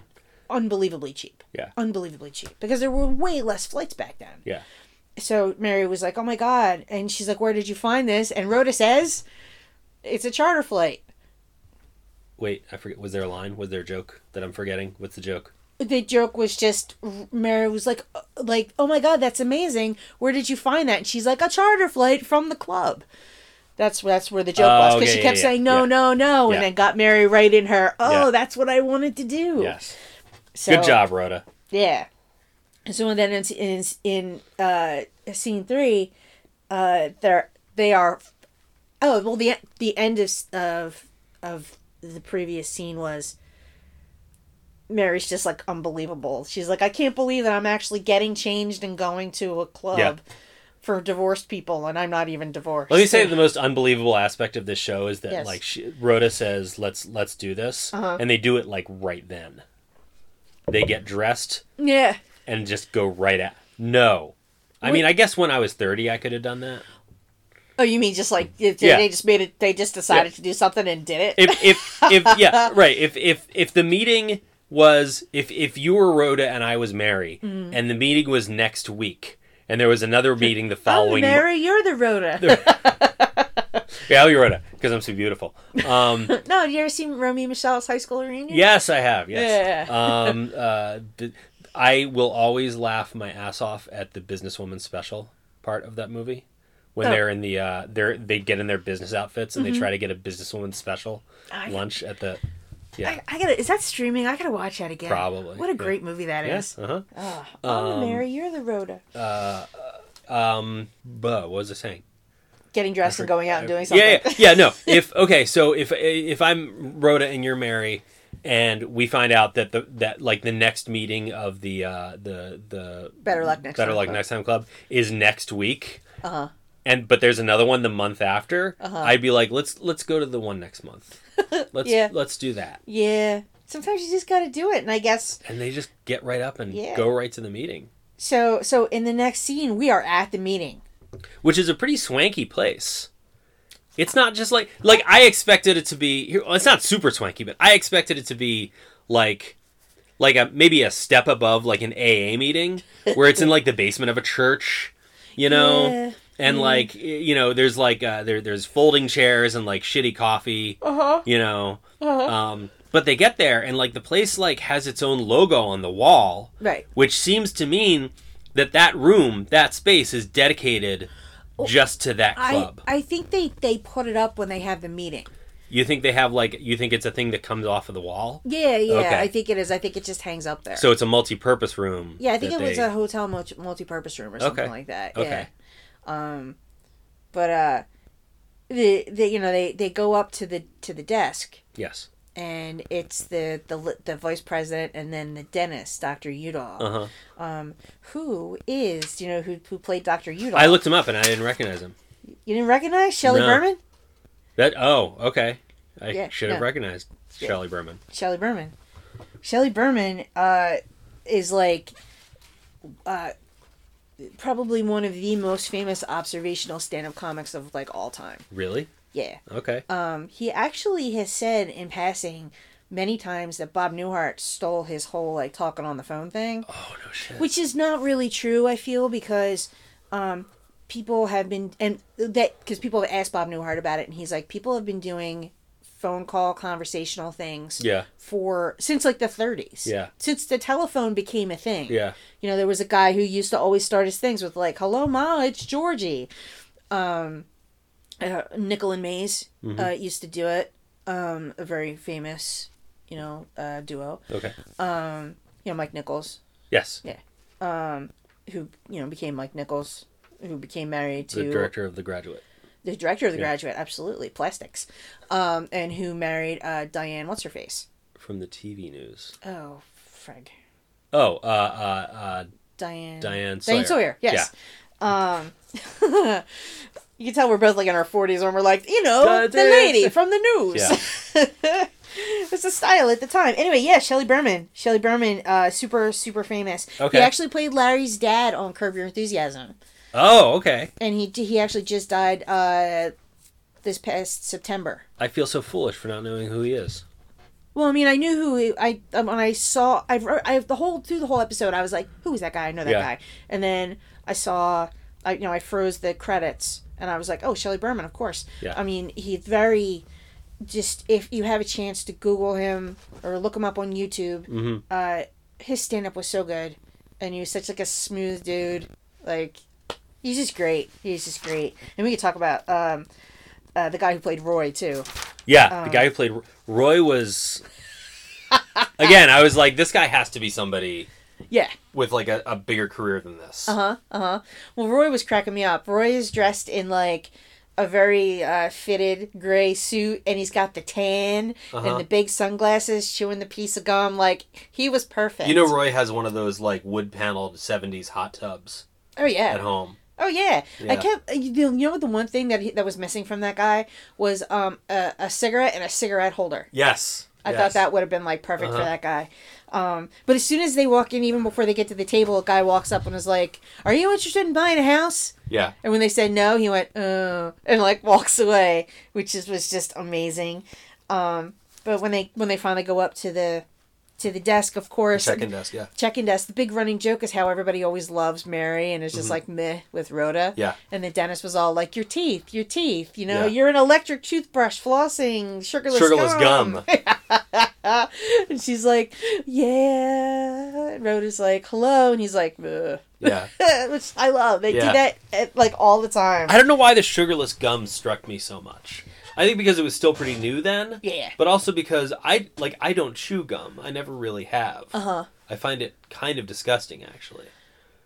Speaker 1: unbelievably cheap.
Speaker 2: Yeah.
Speaker 1: Unbelievably cheap because there were way less flights back then.
Speaker 2: Yeah.
Speaker 1: So Mary was like, "Oh my god." And she's like, "Where did you find this?" And Rhoda says, "It's a charter flight."
Speaker 2: Wait, I forget. Was there a line? Was there a joke that I'm forgetting? What's the joke?
Speaker 1: The joke was just Mary was like uh, like, "Oh my god, that's amazing. Where did you find that?" And she's like, "A charter flight from the club." That's that's where the joke
Speaker 2: Oh,
Speaker 1: was because
Speaker 2: okay,
Speaker 1: she
Speaker 2: yeah,
Speaker 1: kept
Speaker 2: yeah,
Speaker 1: saying no,
Speaker 2: yeah.
Speaker 1: no, no,
Speaker 2: Yeah.
Speaker 1: and then got Mary right in her. Oh,
Speaker 2: Yeah.
Speaker 1: that's what I wanted to do.
Speaker 2: Yes.
Speaker 1: So,
Speaker 2: Good job, Rhoda.
Speaker 1: Yeah. And so then in in, in uh, scene three, uh, they're they are. Oh well, the the end of of of the previous scene was Mary's just like unbelievable. She's like, I can't believe that I'm actually getting changed and going to a club
Speaker 2: Yeah.
Speaker 1: for divorced people, and I'm not even divorced.
Speaker 2: Let me say the most unbelievable aspect of this show is that
Speaker 1: Yes.
Speaker 2: like she, Rhoda says, "Let's let's do this,"
Speaker 1: Uh-huh.
Speaker 2: and they do it like right then. They get dressed
Speaker 1: yeah.
Speaker 2: and just go right at. No, I mean, I guess when I was thirty, I could have done that.
Speaker 1: Oh, you mean just like if they,
Speaker 2: Yeah.
Speaker 1: they just made it? They just decided to do something and did it.
Speaker 2: If if if yeah, right. If if if the meeting was if if you were Rhoda and I was Mary,
Speaker 1: Mm.
Speaker 2: and the meeting was next week, and there was another meeting the
Speaker 1: oh,
Speaker 2: following.
Speaker 1: Mary, you're the Rhoda.
Speaker 2: Yeah, I'll be Rhoda because I'm so beautiful. Um,
Speaker 1: no, you ever seen Romeo and Michelle's high school reunion?
Speaker 2: Yes, I have. Yes.
Speaker 1: Yeah.
Speaker 2: Um, uh, the, I will always laugh my ass off at the businesswoman special part of that movie when
Speaker 1: Oh. Mm-hmm.
Speaker 2: they're in the uh, they're they get in their business outfits and they try to get a businesswoman special
Speaker 1: I-
Speaker 2: lunch at the yeah
Speaker 1: I, I gotta. Is that streaming? I gotta watch that again.
Speaker 2: Probably,
Speaker 1: What a
Speaker 2: yeah.
Speaker 1: great movie that
Speaker 2: yes
Speaker 1: is.
Speaker 2: uh-huh.
Speaker 1: Oh, oh, Mary, you're the Rhoda.
Speaker 2: um but what was I saying
Speaker 1: Getting dressed and going out and doing something.
Speaker 2: yeah, yeah yeah no if okay so if if I'm Rhoda and you're Mary and we find out that the that like the next meeting of the uh the the
Speaker 1: Better luck next
Speaker 2: better
Speaker 1: time
Speaker 2: luck
Speaker 1: club.
Speaker 2: next time club is next week
Speaker 1: Uh-huh.
Speaker 2: and but there's another one the month after i'd be like let's let's go to the one next month let's
Speaker 1: Yeah.
Speaker 2: let's do that
Speaker 1: Yeah. Sometimes you just gotta do it, and I guess
Speaker 2: and they just get right up and
Speaker 1: Yeah.
Speaker 2: go right to the meeting
Speaker 1: so. So in the next scene, we are at the meeting.
Speaker 2: which is a pretty swanky place it's not just like like i expected it to be here- well, it's not super swanky but i expected it to be like like a maybe a step above like an aa meeting where it's in like the basement of a church you know
Speaker 1: Yeah.
Speaker 2: and like y- you know there's like uh, there there's folding chairs and like shitty coffee
Speaker 1: Uh huh.
Speaker 2: you know
Speaker 1: Uh-huh.
Speaker 2: um but they get there and like the place like has its own logo on the wall
Speaker 1: Right.
Speaker 2: which seems to mean that that room that space is dedicated just to that
Speaker 1: Oh, I
Speaker 2: club
Speaker 1: I think they they put it up when they have the meeting.
Speaker 2: you think they have like you think it's a thing that comes off of the wall
Speaker 1: Yeah, yeah.
Speaker 2: Okay.
Speaker 1: I think it is. I think it just hangs up there.
Speaker 2: so it's a multi-purpose room
Speaker 1: yeah, I think
Speaker 2: that
Speaker 1: it was
Speaker 2: they-
Speaker 1: a hotel multi- multi-purpose room or something
Speaker 2: Okay.
Speaker 1: like that.
Speaker 2: Okay.
Speaker 1: Yeah. Um, but uh, the, the you know they they go up to the to the desk
Speaker 2: yes
Speaker 1: and it's the the li- the vice president and then the dentist, Doctor Udall,
Speaker 2: uh-huh
Speaker 1: um, who is you know who who played Doctor Udall.
Speaker 2: i looked him up and i didn't recognize him
Speaker 1: you didn't recognize Shelley
Speaker 2: No.
Speaker 1: Berman.
Speaker 2: that oh okay i
Speaker 1: Yeah,
Speaker 2: should have
Speaker 1: no.
Speaker 2: recognized
Speaker 1: Yeah.
Speaker 2: Shelley Berman.
Speaker 1: Shelly Berman. Shelly Berman uh, is like uh, probably one of the most famous observational stand-up comics of like all time.
Speaker 2: Really?
Speaker 1: Yeah.
Speaker 2: Okay.
Speaker 1: Um, he actually has said in passing many times that Bob Newhart stole his whole like talking on the phone thing,
Speaker 2: oh no shit.
Speaker 1: which is not really true. I feel because um, people have been and that because people have asked Bob Newhart about it, and he's like, people have been doing phone call conversational things
Speaker 2: Yeah.
Speaker 1: for since like the 30s.
Speaker 2: Yeah.
Speaker 1: Since the telephone became a thing.
Speaker 2: Yeah.
Speaker 1: You know, there was a guy who used to always start his things with like, "Hello, ma, it's Georgie." Um, uh, Nickel and Mays uh, used to do it. Um, a very famous, you know, uh, duo.
Speaker 2: Okay.
Speaker 1: You know, Mike Nichols,
Speaker 2: Yes.
Speaker 1: Yeah. who you know became Mike Nichols, who became married to
Speaker 2: The director of The Graduate.
Speaker 1: the director of The Graduate, absolutely plastics, um, and who married uh, Diane. What's her face?
Speaker 2: from the TV news.
Speaker 1: Oh, Frank.
Speaker 2: Oh, uh, uh, uh,
Speaker 1: Diane.
Speaker 2: Diane Sawyer.
Speaker 1: Diane Sawyer. Yes. Um, you can tell we're both like in our forties, and we're like, you know,
Speaker 2: Diane
Speaker 1: the lady
Speaker 2: Sawyer.
Speaker 1: from the news. it's the style at the time. Anyway, yeah, Shelley Berman. Shelley Berman, uh, super super famous.
Speaker 2: Okay.
Speaker 1: He actually played Larry's dad on Curb Your Enthusiasm,
Speaker 2: oh, okay.
Speaker 1: and he he actually just died uh, this past September.
Speaker 2: I feel so foolish for not knowing who he is.
Speaker 1: Well, I mean, I knew who he, I um, when I saw I I the whole through the whole episode I was like, who is that guy? I know that
Speaker 2: Yeah.
Speaker 1: guy. And then I saw, I you know I froze the credits and I was like, oh, Shelley Berman, of course.
Speaker 2: Yeah.
Speaker 1: I mean, he's very just if you have a chance to Google him or look him up on YouTube,
Speaker 2: Mhm.
Speaker 1: uh, his stand up was so good, and he was such like a smooth dude. Like, he's just great. He's just great. And we could talk about um, uh, the guy who played Roy too.
Speaker 2: Yeah,
Speaker 1: Oh.
Speaker 2: the guy who played Roy was. Again, I was like, this guy has to be somebody
Speaker 1: Yeah.
Speaker 2: with like a, a bigger career than this.
Speaker 1: Uh huh. Uh huh. Well, Roy was cracking me up. Roy is dressed in like a very uh, fitted gray suit, and he's got the tan
Speaker 2: Uh-huh.
Speaker 1: and the big sunglasses, chewing the piece of gum. Like he was perfect.
Speaker 2: You know, Roy has one of those like wood paneled '70s hot tubs
Speaker 1: Oh yeah.
Speaker 2: at home.
Speaker 1: Oh yeah. I
Speaker 2: Yeah.
Speaker 1: kept. You know, you know what? The one thing that he, that was missing from that guy was um a, a cigarette and a cigarette holder.
Speaker 2: Yes,
Speaker 1: I
Speaker 2: yes.
Speaker 1: thought that would have been like perfect for
Speaker 2: Uh-huh.
Speaker 1: that guy. Um, but as soon as they walk in, even before they get to the table, a guy walks up and is like, "Are you interested in buying a house?"
Speaker 2: Yeah,
Speaker 1: And when they said no, he went, "Uh," and like walks away, which is, was just amazing. Um, but when they when they finally go up to the to the desk, of course,
Speaker 2: second desk. Yeah,
Speaker 1: checking desk. The big running joke is how everybody always loves Mary and is just like meh with Rhoda.
Speaker 2: Mm-hmm. Yeah.
Speaker 1: And the dentist was all like, "Your teeth, your teeth. You know,
Speaker 2: Yeah.
Speaker 1: you're an electric toothbrush, flossing, sugarless,
Speaker 2: Sugarless
Speaker 1: gum."
Speaker 2: gum.
Speaker 1: and she's like, "Yeah." And Rhoda's like, "Hello," and he's like, "Meh."
Speaker 2: yeah.
Speaker 1: which I love. They do
Speaker 2: Yeah.
Speaker 1: that at, like all the time.
Speaker 2: I don't know why the sugarless gum struck me so much. I think because it was still pretty new then.
Speaker 1: Yeah.
Speaker 2: But also because I like I don't chew gum. I never really have.
Speaker 1: Uh huh.
Speaker 2: I find it kind of disgusting actually.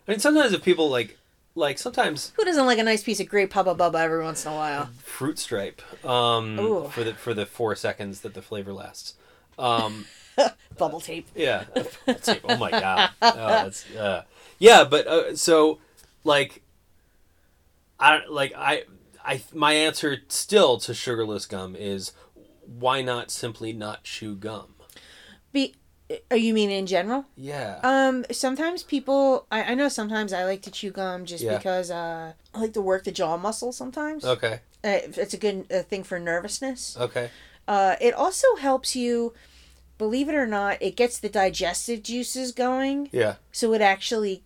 Speaker 2: I mean sometimes if people like like sometimes
Speaker 1: Who doesn't like a nice piece of grape hubba bubba every once in a while?
Speaker 2: fruit stripe um
Speaker 1: Ooh.
Speaker 2: for the for the 4 seconds that the flavor lasts. Um
Speaker 1: Bubble tape.
Speaker 2: yeah. That's- oh my god. Oh, that's, uh, yeah, but uh, so like I like I I my answer still to sugarless gum is why not simply not chew gum?
Speaker 1: Be. Oh, you mean in general?
Speaker 2: Yeah.
Speaker 1: Um, sometimes people, I, I know sometimes I like to chew gum just
Speaker 2: Yeah.
Speaker 1: because uh, I like to work the jaw muscle sometimes.
Speaker 2: okay.
Speaker 1: Uh, it's a good uh, thing for nervousness.
Speaker 2: Okay.
Speaker 1: Uh, it also helps you, believe it or not, it gets the digestive juices going.
Speaker 2: Yeah.
Speaker 1: So it actually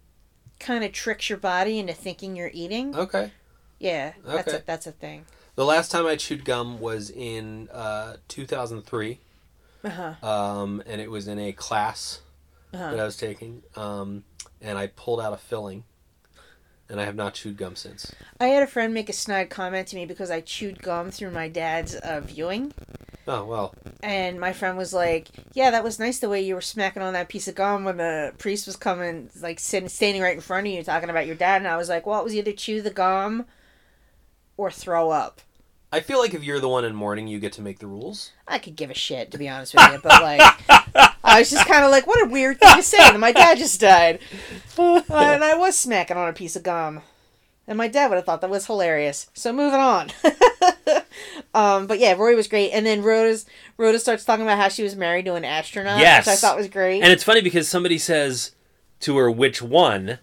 Speaker 1: kind of tricks your body into thinking you're eating.
Speaker 2: Okay.
Speaker 1: Yeah, that's, a,
Speaker 2: Okay.
Speaker 1: that's a thing.
Speaker 2: The last time I chewed gum was in uh, 2003,
Speaker 1: Uh-huh.
Speaker 2: um, and it was in a class that
Speaker 1: Uh-huh.
Speaker 2: I was taking, um, and I pulled out a filling, and I have not chewed gum since.
Speaker 1: I had a friend make a snide comment to me because I chewed gum through my dad's uh, viewing.
Speaker 2: Oh well.
Speaker 1: And my friend was like, "Yeah, that was nice the way you were smacking on that piece of gum when the priest was coming, like sitting, standing right in front of you, talking about your dad." And I was like, "Well, it was either chew the gum or throw up."
Speaker 2: I feel like if you're the one in mourning, you get to make the rules.
Speaker 1: I could give a shit to be honest with you, but like, I was just kind of like, "What a weird thing to say!" And my dad just died, Uh, and I was smacking on a piece of gum, and my dad would have thought that was hilarious. So moving on. Um, but yeah, Rory was great, and then Rhoda's Rhoda starts talking about how she was married to an astronaut,
Speaker 3: Yes.
Speaker 1: which I thought was great.
Speaker 3: And it's funny because somebody says to her which one.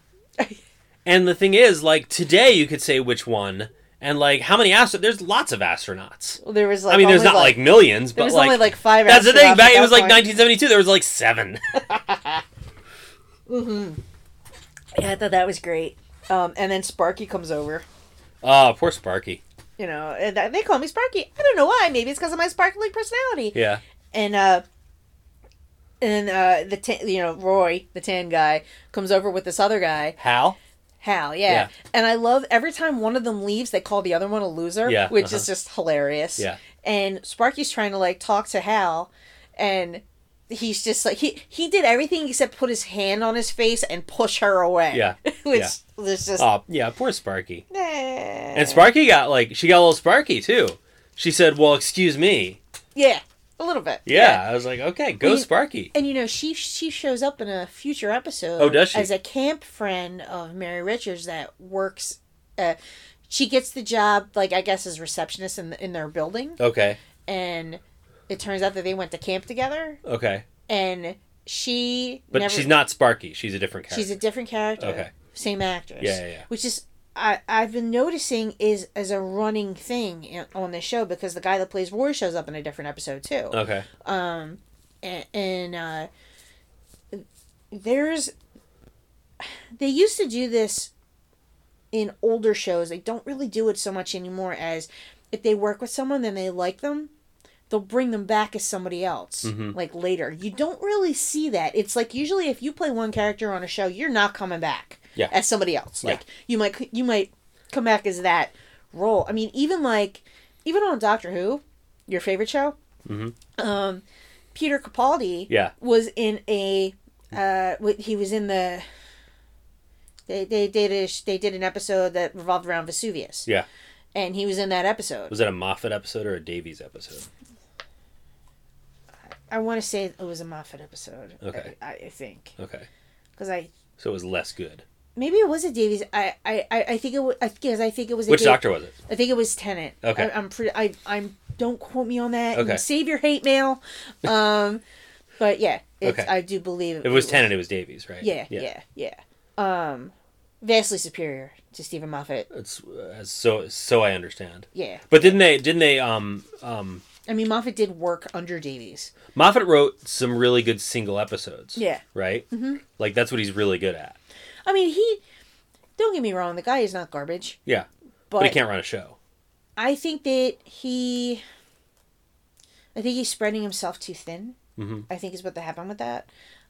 Speaker 3: and the thing is, like today you could say which one. And like how many astronauts? There's lots of astronauts.
Speaker 1: Well, there was like
Speaker 3: I mean, there's
Speaker 1: only,
Speaker 3: not like, millions,
Speaker 1: there
Speaker 3: but
Speaker 1: was
Speaker 3: like,
Speaker 1: only like five.
Speaker 3: that's the
Speaker 1: astronauts
Speaker 3: thing.
Speaker 1: at
Speaker 3: Back it
Speaker 1: that
Speaker 3: was like
Speaker 1: point.
Speaker 3: 1972. There was like seven.
Speaker 1: Yeah, I thought that was great. Um, and then Sparky comes over.
Speaker 3: oh, poor Sparky.
Speaker 1: You know, and th- they call me Sparky. I don't know why. Maybe it's because of my sparkling personality.
Speaker 3: Yeah.
Speaker 1: And uh, and uh, the tan, you know Roy, the tan guy, comes over with this other guy,
Speaker 3: Hal.
Speaker 1: Hal. Yeah.
Speaker 3: Yeah.
Speaker 1: And I love every time one of them leaves, they call the other one a loser.
Speaker 3: Yeah,
Speaker 1: Which
Speaker 3: uh-huh.
Speaker 1: is just hilarious.
Speaker 3: Yeah.
Speaker 1: And Sparky's trying to like talk to Hal, and. He's just like he he did everything except put his hand on his face and push her away.
Speaker 3: Yeah.
Speaker 1: which
Speaker 3: Yeah.
Speaker 1: was just
Speaker 3: Oh, yeah. Poor Sparky.
Speaker 1: And
Speaker 3: And Sparky got like she got a little Sparky too. She said, "Well, excuse me."
Speaker 1: Yeah, a little bit.
Speaker 3: Yeah. I was like, "Okay, go
Speaker 1: Well, you-
Speaker 3: Sparky."
Speaker 1: And you know, she she shows up in a future episode.
Speaker 3: Oh, does she?
Speaker 1: As a camp friend of Mary Richards that works. Uh, she gets the job, like I guess, as receptionist in in their building,
Speaker 3: Okay.
Speaker 1: and it turns out that they went to camp together,
Speaker 3: Okay.
Speaker 1: and she
Speaker 3: But
Speaker 1: never,
Speaker 3: she's not Sparky. She's a different character.
Speaker 1: she's a different character.
Speaker 3: Okay.
Speaker 1: Same actress.
Speaker 3: Yeah, yeah, yeah.
Speaker 1: Which is I I've been noticing is as a running thing in- on this show because the guy that plays Roy shows up in a different episode too.
Speaker 3: okay.
Speaker 1: um and, and uh there's they used to do this in older shows they don't really do it so much anymore as if they work with someone then they like them they'll bring them back as somebody else
Speaker 3: Mhm.
Speaker 1: like later you don't really see that it's like usually if you play one character on a show you're not coming back
Speaker 3: Yeah.
Speaker 1: as somebody else
Speaker 3: Yeah.
Speaker 1: like you might you might come back as that role i mean even like even on doctor who your favorite show um, Peter Capaldi
Speaker 3: Mm-hmm. Yeah.
Speaker 1: was in a uh, wh- he was in the. They they did a, sh- they did an episode that revolved around Vesuvius,
Speaker 2: Yeah.
Speaker 1: and he was in that episode.
Speaker 2: Was that a Moffat episode or a Davies episode?
Speaker 1: I want to say it was a Moffat episode.
Speaker 2: Okay.
Speaker 1: I, I think
Speaker 2: Okay.
Speaker 1: because I
Speaker 2: So it was less good.
Speaker 1: maybe it was a Davies. I I I I think it was because I think it was a
Speaker 2: Which
Speaker 1: Da-
Speaker 2: doctor was it?
Speaker 1: I think it was Tenant.
Speaker 2: Okay.
Speaker 1: I, I'm pretty. I I'm don't quote me on that.
Speaker 2: Okay.
Speaker 1: Okay. Save your hate mail. Um, but yeah, it's,
Speaker 2: Okay.
Speaker 1: I do believe
Speaker 2: If it was Tennant, it was Davies, right?
Speaker 1: Yeah, yeah, yeah. Um, vastly superior to Stephen Moffat.
Speaker 2: It's uh, so so I understand.
Speaker 1: Yeah,
Speaker 2: But didn't they didn't they um um
Speaker 1: I mean Moffat did work under Davies.
Speaker 2: Moffat wrote some really good single episodes.
Speaker 1: Yeah.
Speaker 2: Right? Mm-hmm. Like that's what he's really good at.
Speaker 1: I mean he. Don't get me wrong. The guy is not garbage,
Speaker 2: Yeah. But,
Speaker 1: but,
Speaker 2: he can't run a show.
Speaker 1: I think that he. I think he's spreading himself too thin.
Speaker 2: Mhm.
Speaker 1: I think is what happened with that.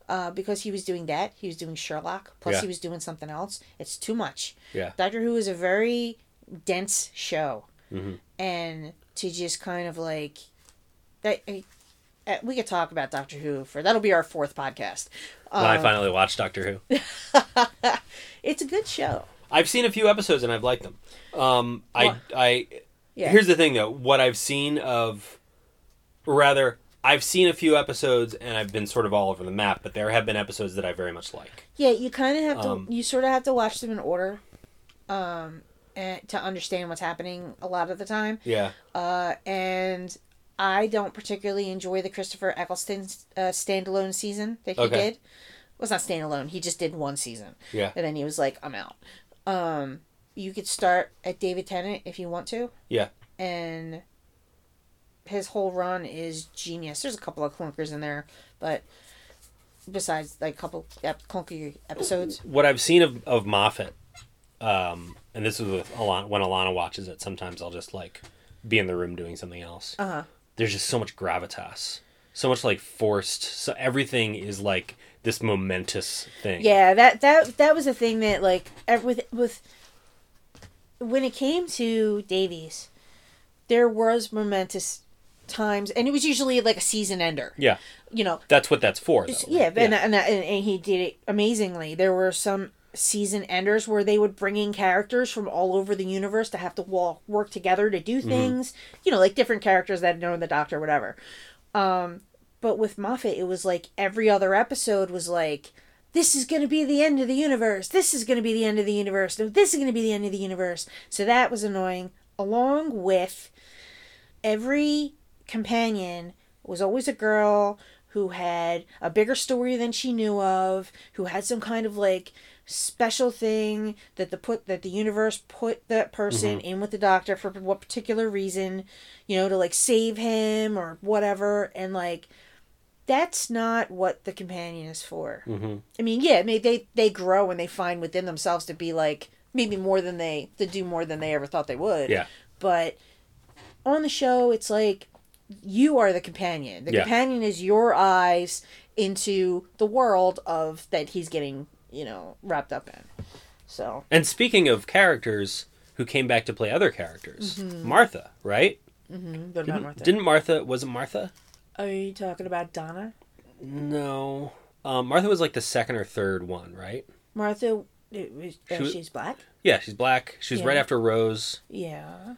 Speaker 1: Uh, because he was doing that, he was doing Sherlock. Plus,
Speaker 2: Yeah.
Speaker 1: he was doing something else. It's too much.
Speaker 2: Yeah.
Speaker 1: Doctor Who is a very dense show,
Speaker 2: Mhm.
Speaker 1: and to just kind of like that, I- uh, we could talk about Doctor Who for that'll be our fourth podcast.
Speaker 2: When
Speaker 1: Uh,
Speaker 2: I finally watched Doctor Who.
Speaker 1: It's a good show.
Speaker 4: I've seen a few episodes and I've liked them. Um, I
Speaker 1: Wha-
Speaker 4: I
Speaker 1: Yeah,
Speaker 4: here's the thing though. What I've seen of, or rather, I've seen a few episodes and I've been sort of all over the map. But there have been episodes that I very much like.
Speaker 1: yeah. You kind of have to.
Speaker 4: Um,
Speaker 1: you sort of have to watch them in order, um, and, to understand what's happening a lot of the time.
Speaker 4: Yeah.
Speaker 1: Uh, and I don't particularly enjoy the Christopher Eccleston uh, standalone season that he
Speaker 4: Okay.
Speaker 1: did. Well, it's not standalone. He just did one season.
Speaker 4: Yeah.
Speaker 1: and then he was like, "I'm out." Um, you could start at David Tennant if you want to.
Speaker 4: Yeah.
Speaker 1: And his whole run is genius. There's a couple of clunkers in there, but besides like a couple ep- clunky episodes,
Speaker 2: What I've seen of, of Moffat, um, and this is with Alana, when Alana watches it, sometimes I'll just like be in the room doing something else.
Speaker 1: uh huh,
Speaker 2: there's just so much gravitas, so much like forced. So everything is like this momentous thing.
Speaker 1: yeah. That that that was a thing that like ev- with with when it came to Davies, there was momentous times, and it was usually like a season ender.
Speaker 2: Yeah.
Speaker 1: You know,
Speaker 2: That's what that's for. Though.
Speaker 1: Yeah, and, and, and and he did it amazingly. There were some season enders where they would bring in characters from all over the universe to have to walk, work together to do things. You know, like different characters that had known the Doctor, whatever. Um, but with Moffat, it was like every other episode was like, "This is going to be the end of the universe. This is going to be the end of the universe. No, this is going to be the end of the universe." So that was annoying. Along with every companion was always a girl who had a bigger story than she knew of, who had some kind of like special thing that the put that the universe put that person in with the doctor for what particular reason, you know, to like save him or whatever and like that's not what the companion is for.
Speaker 2: Mhm.
Speaker 1: I mean, yeah, I mean, they they grow and they find within themselves to be like maybe more than they to do more than they ever thought they would
Speaker 2: Yeah.
Speaker 1: but on the show it's like you are the companion the
Speaker 2: Yeah.
Speaker 1: companion is your eyes into the world of that he's getting you know wrapped up in so
Speaker 2: And speaking of characters who came back to play other characters,
Speaker 1: Mm-hmm.
Speaker 2: Martha, right?
Speaker 1: what about martha
Speaker 2: Didn't Martha was it Martha?
Speaker 1: are you talking about donna
Speaker 2: No. Um, Martha was like the second or third one, right?
Speaker 1: martha it was- uh,
Speaker 2: She was-
Speaker 1: she's black
Speaker 2: Yeah, she's black. She was
Speaker 1: Yeah.
Speaker 2: right after Rose.
Speaker 1: yeah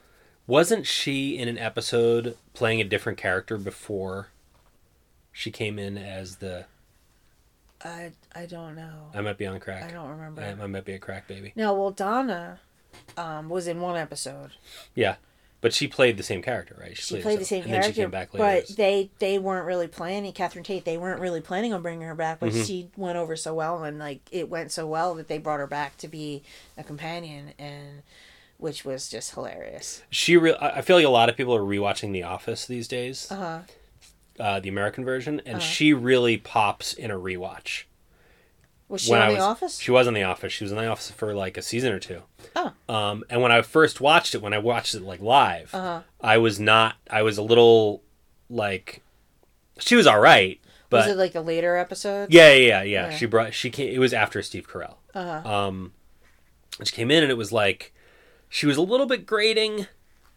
Speaker 2: Wasn't she in an episode playing a different character before she came in as the
Speaker 1: i i don't know
Speaker 2: I might be on crack.
Speaker 1: i don't remember
Speaker 2: I, I might be a crack baby.
Speaker 1: no well donna um, was in one episode
Speaker 2: Yeah, but she played the same character, right?
Speaker 1: she played the
Speaker 2: herself.
Speaker 1: same
Speaker 2: and
Speaker 1: character,
Speaker 2: then she came back later.
Speaker 1: but they they weren't really planning Catherine Tate. They weren't really planning on bringing her back,
Speaker 2: Mm-hmm.
Speaker 1: but she went over so well, and like it went so well that they brought her back to be a companion, and which was just hilarious.
Speaker 2: she, re- I I feel like a lot of people are rewatching The Office these days,
Speaker 1: Uh huh.
Speaker 2: uh, the American version,
Speaker 1: Uh-huh.
Speaker 2: and she really pops in a rewatch.
Speaker 1: Was she on
Speaker 2: I
Speaker 1: The
Speaker 2: was,
Speaker 1: Office?
Speaker 2: She was on The Office. She was in The Office for like a season or two.
Speaker 1: Oh.
Speaker 2: Um, and when I first watched it, when I watched it like live,
Speaker 1: Uh-huh.
Speaker 2: I was not. I was a little like, she was all right, but
Speaker 1: was it like the later episode?
Speaker 2: Yeah, yeah, yeah, yeah.
Speaker 1: Yeah.
Speaker 2: She brought she came. It was after Steve Carell.
Speaker 1: Uh-huh.
Speaker 2: Um, and she came in and it was like she was a little bit grating,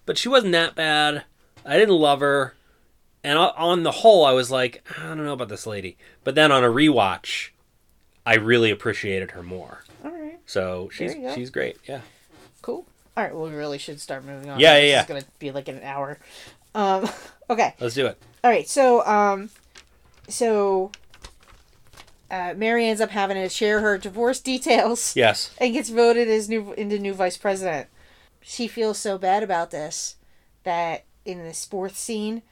Speaker 2: but she wasn't that bad. I didn't love her, "Ah, and o- on the whole, I was like, I don't know about this lady. But then on a rewatch, I really appreciated her more.
Speaker 1: All right.
Speaker 2: So she's
Speaker 1: you go.
Speaker 2: she's great. Yeah.
Speaker 1: Cool. All right. Well, we really should start moving on.
Speaker 2: Yeah, yeah,
Speaker 1: This
Speaker 2: yeah.
Speaker 1: is gonna be like an hour. Um. Okay.
Speaker 2: Let's do it.
Speaker 1: All right. So um, so. Uh, Mary ends up having to share her divorce details
Speaker 2: Yes.
Speaker 1: and gets voted as new into new vice president. She feels so bad about this that in this fourth scene,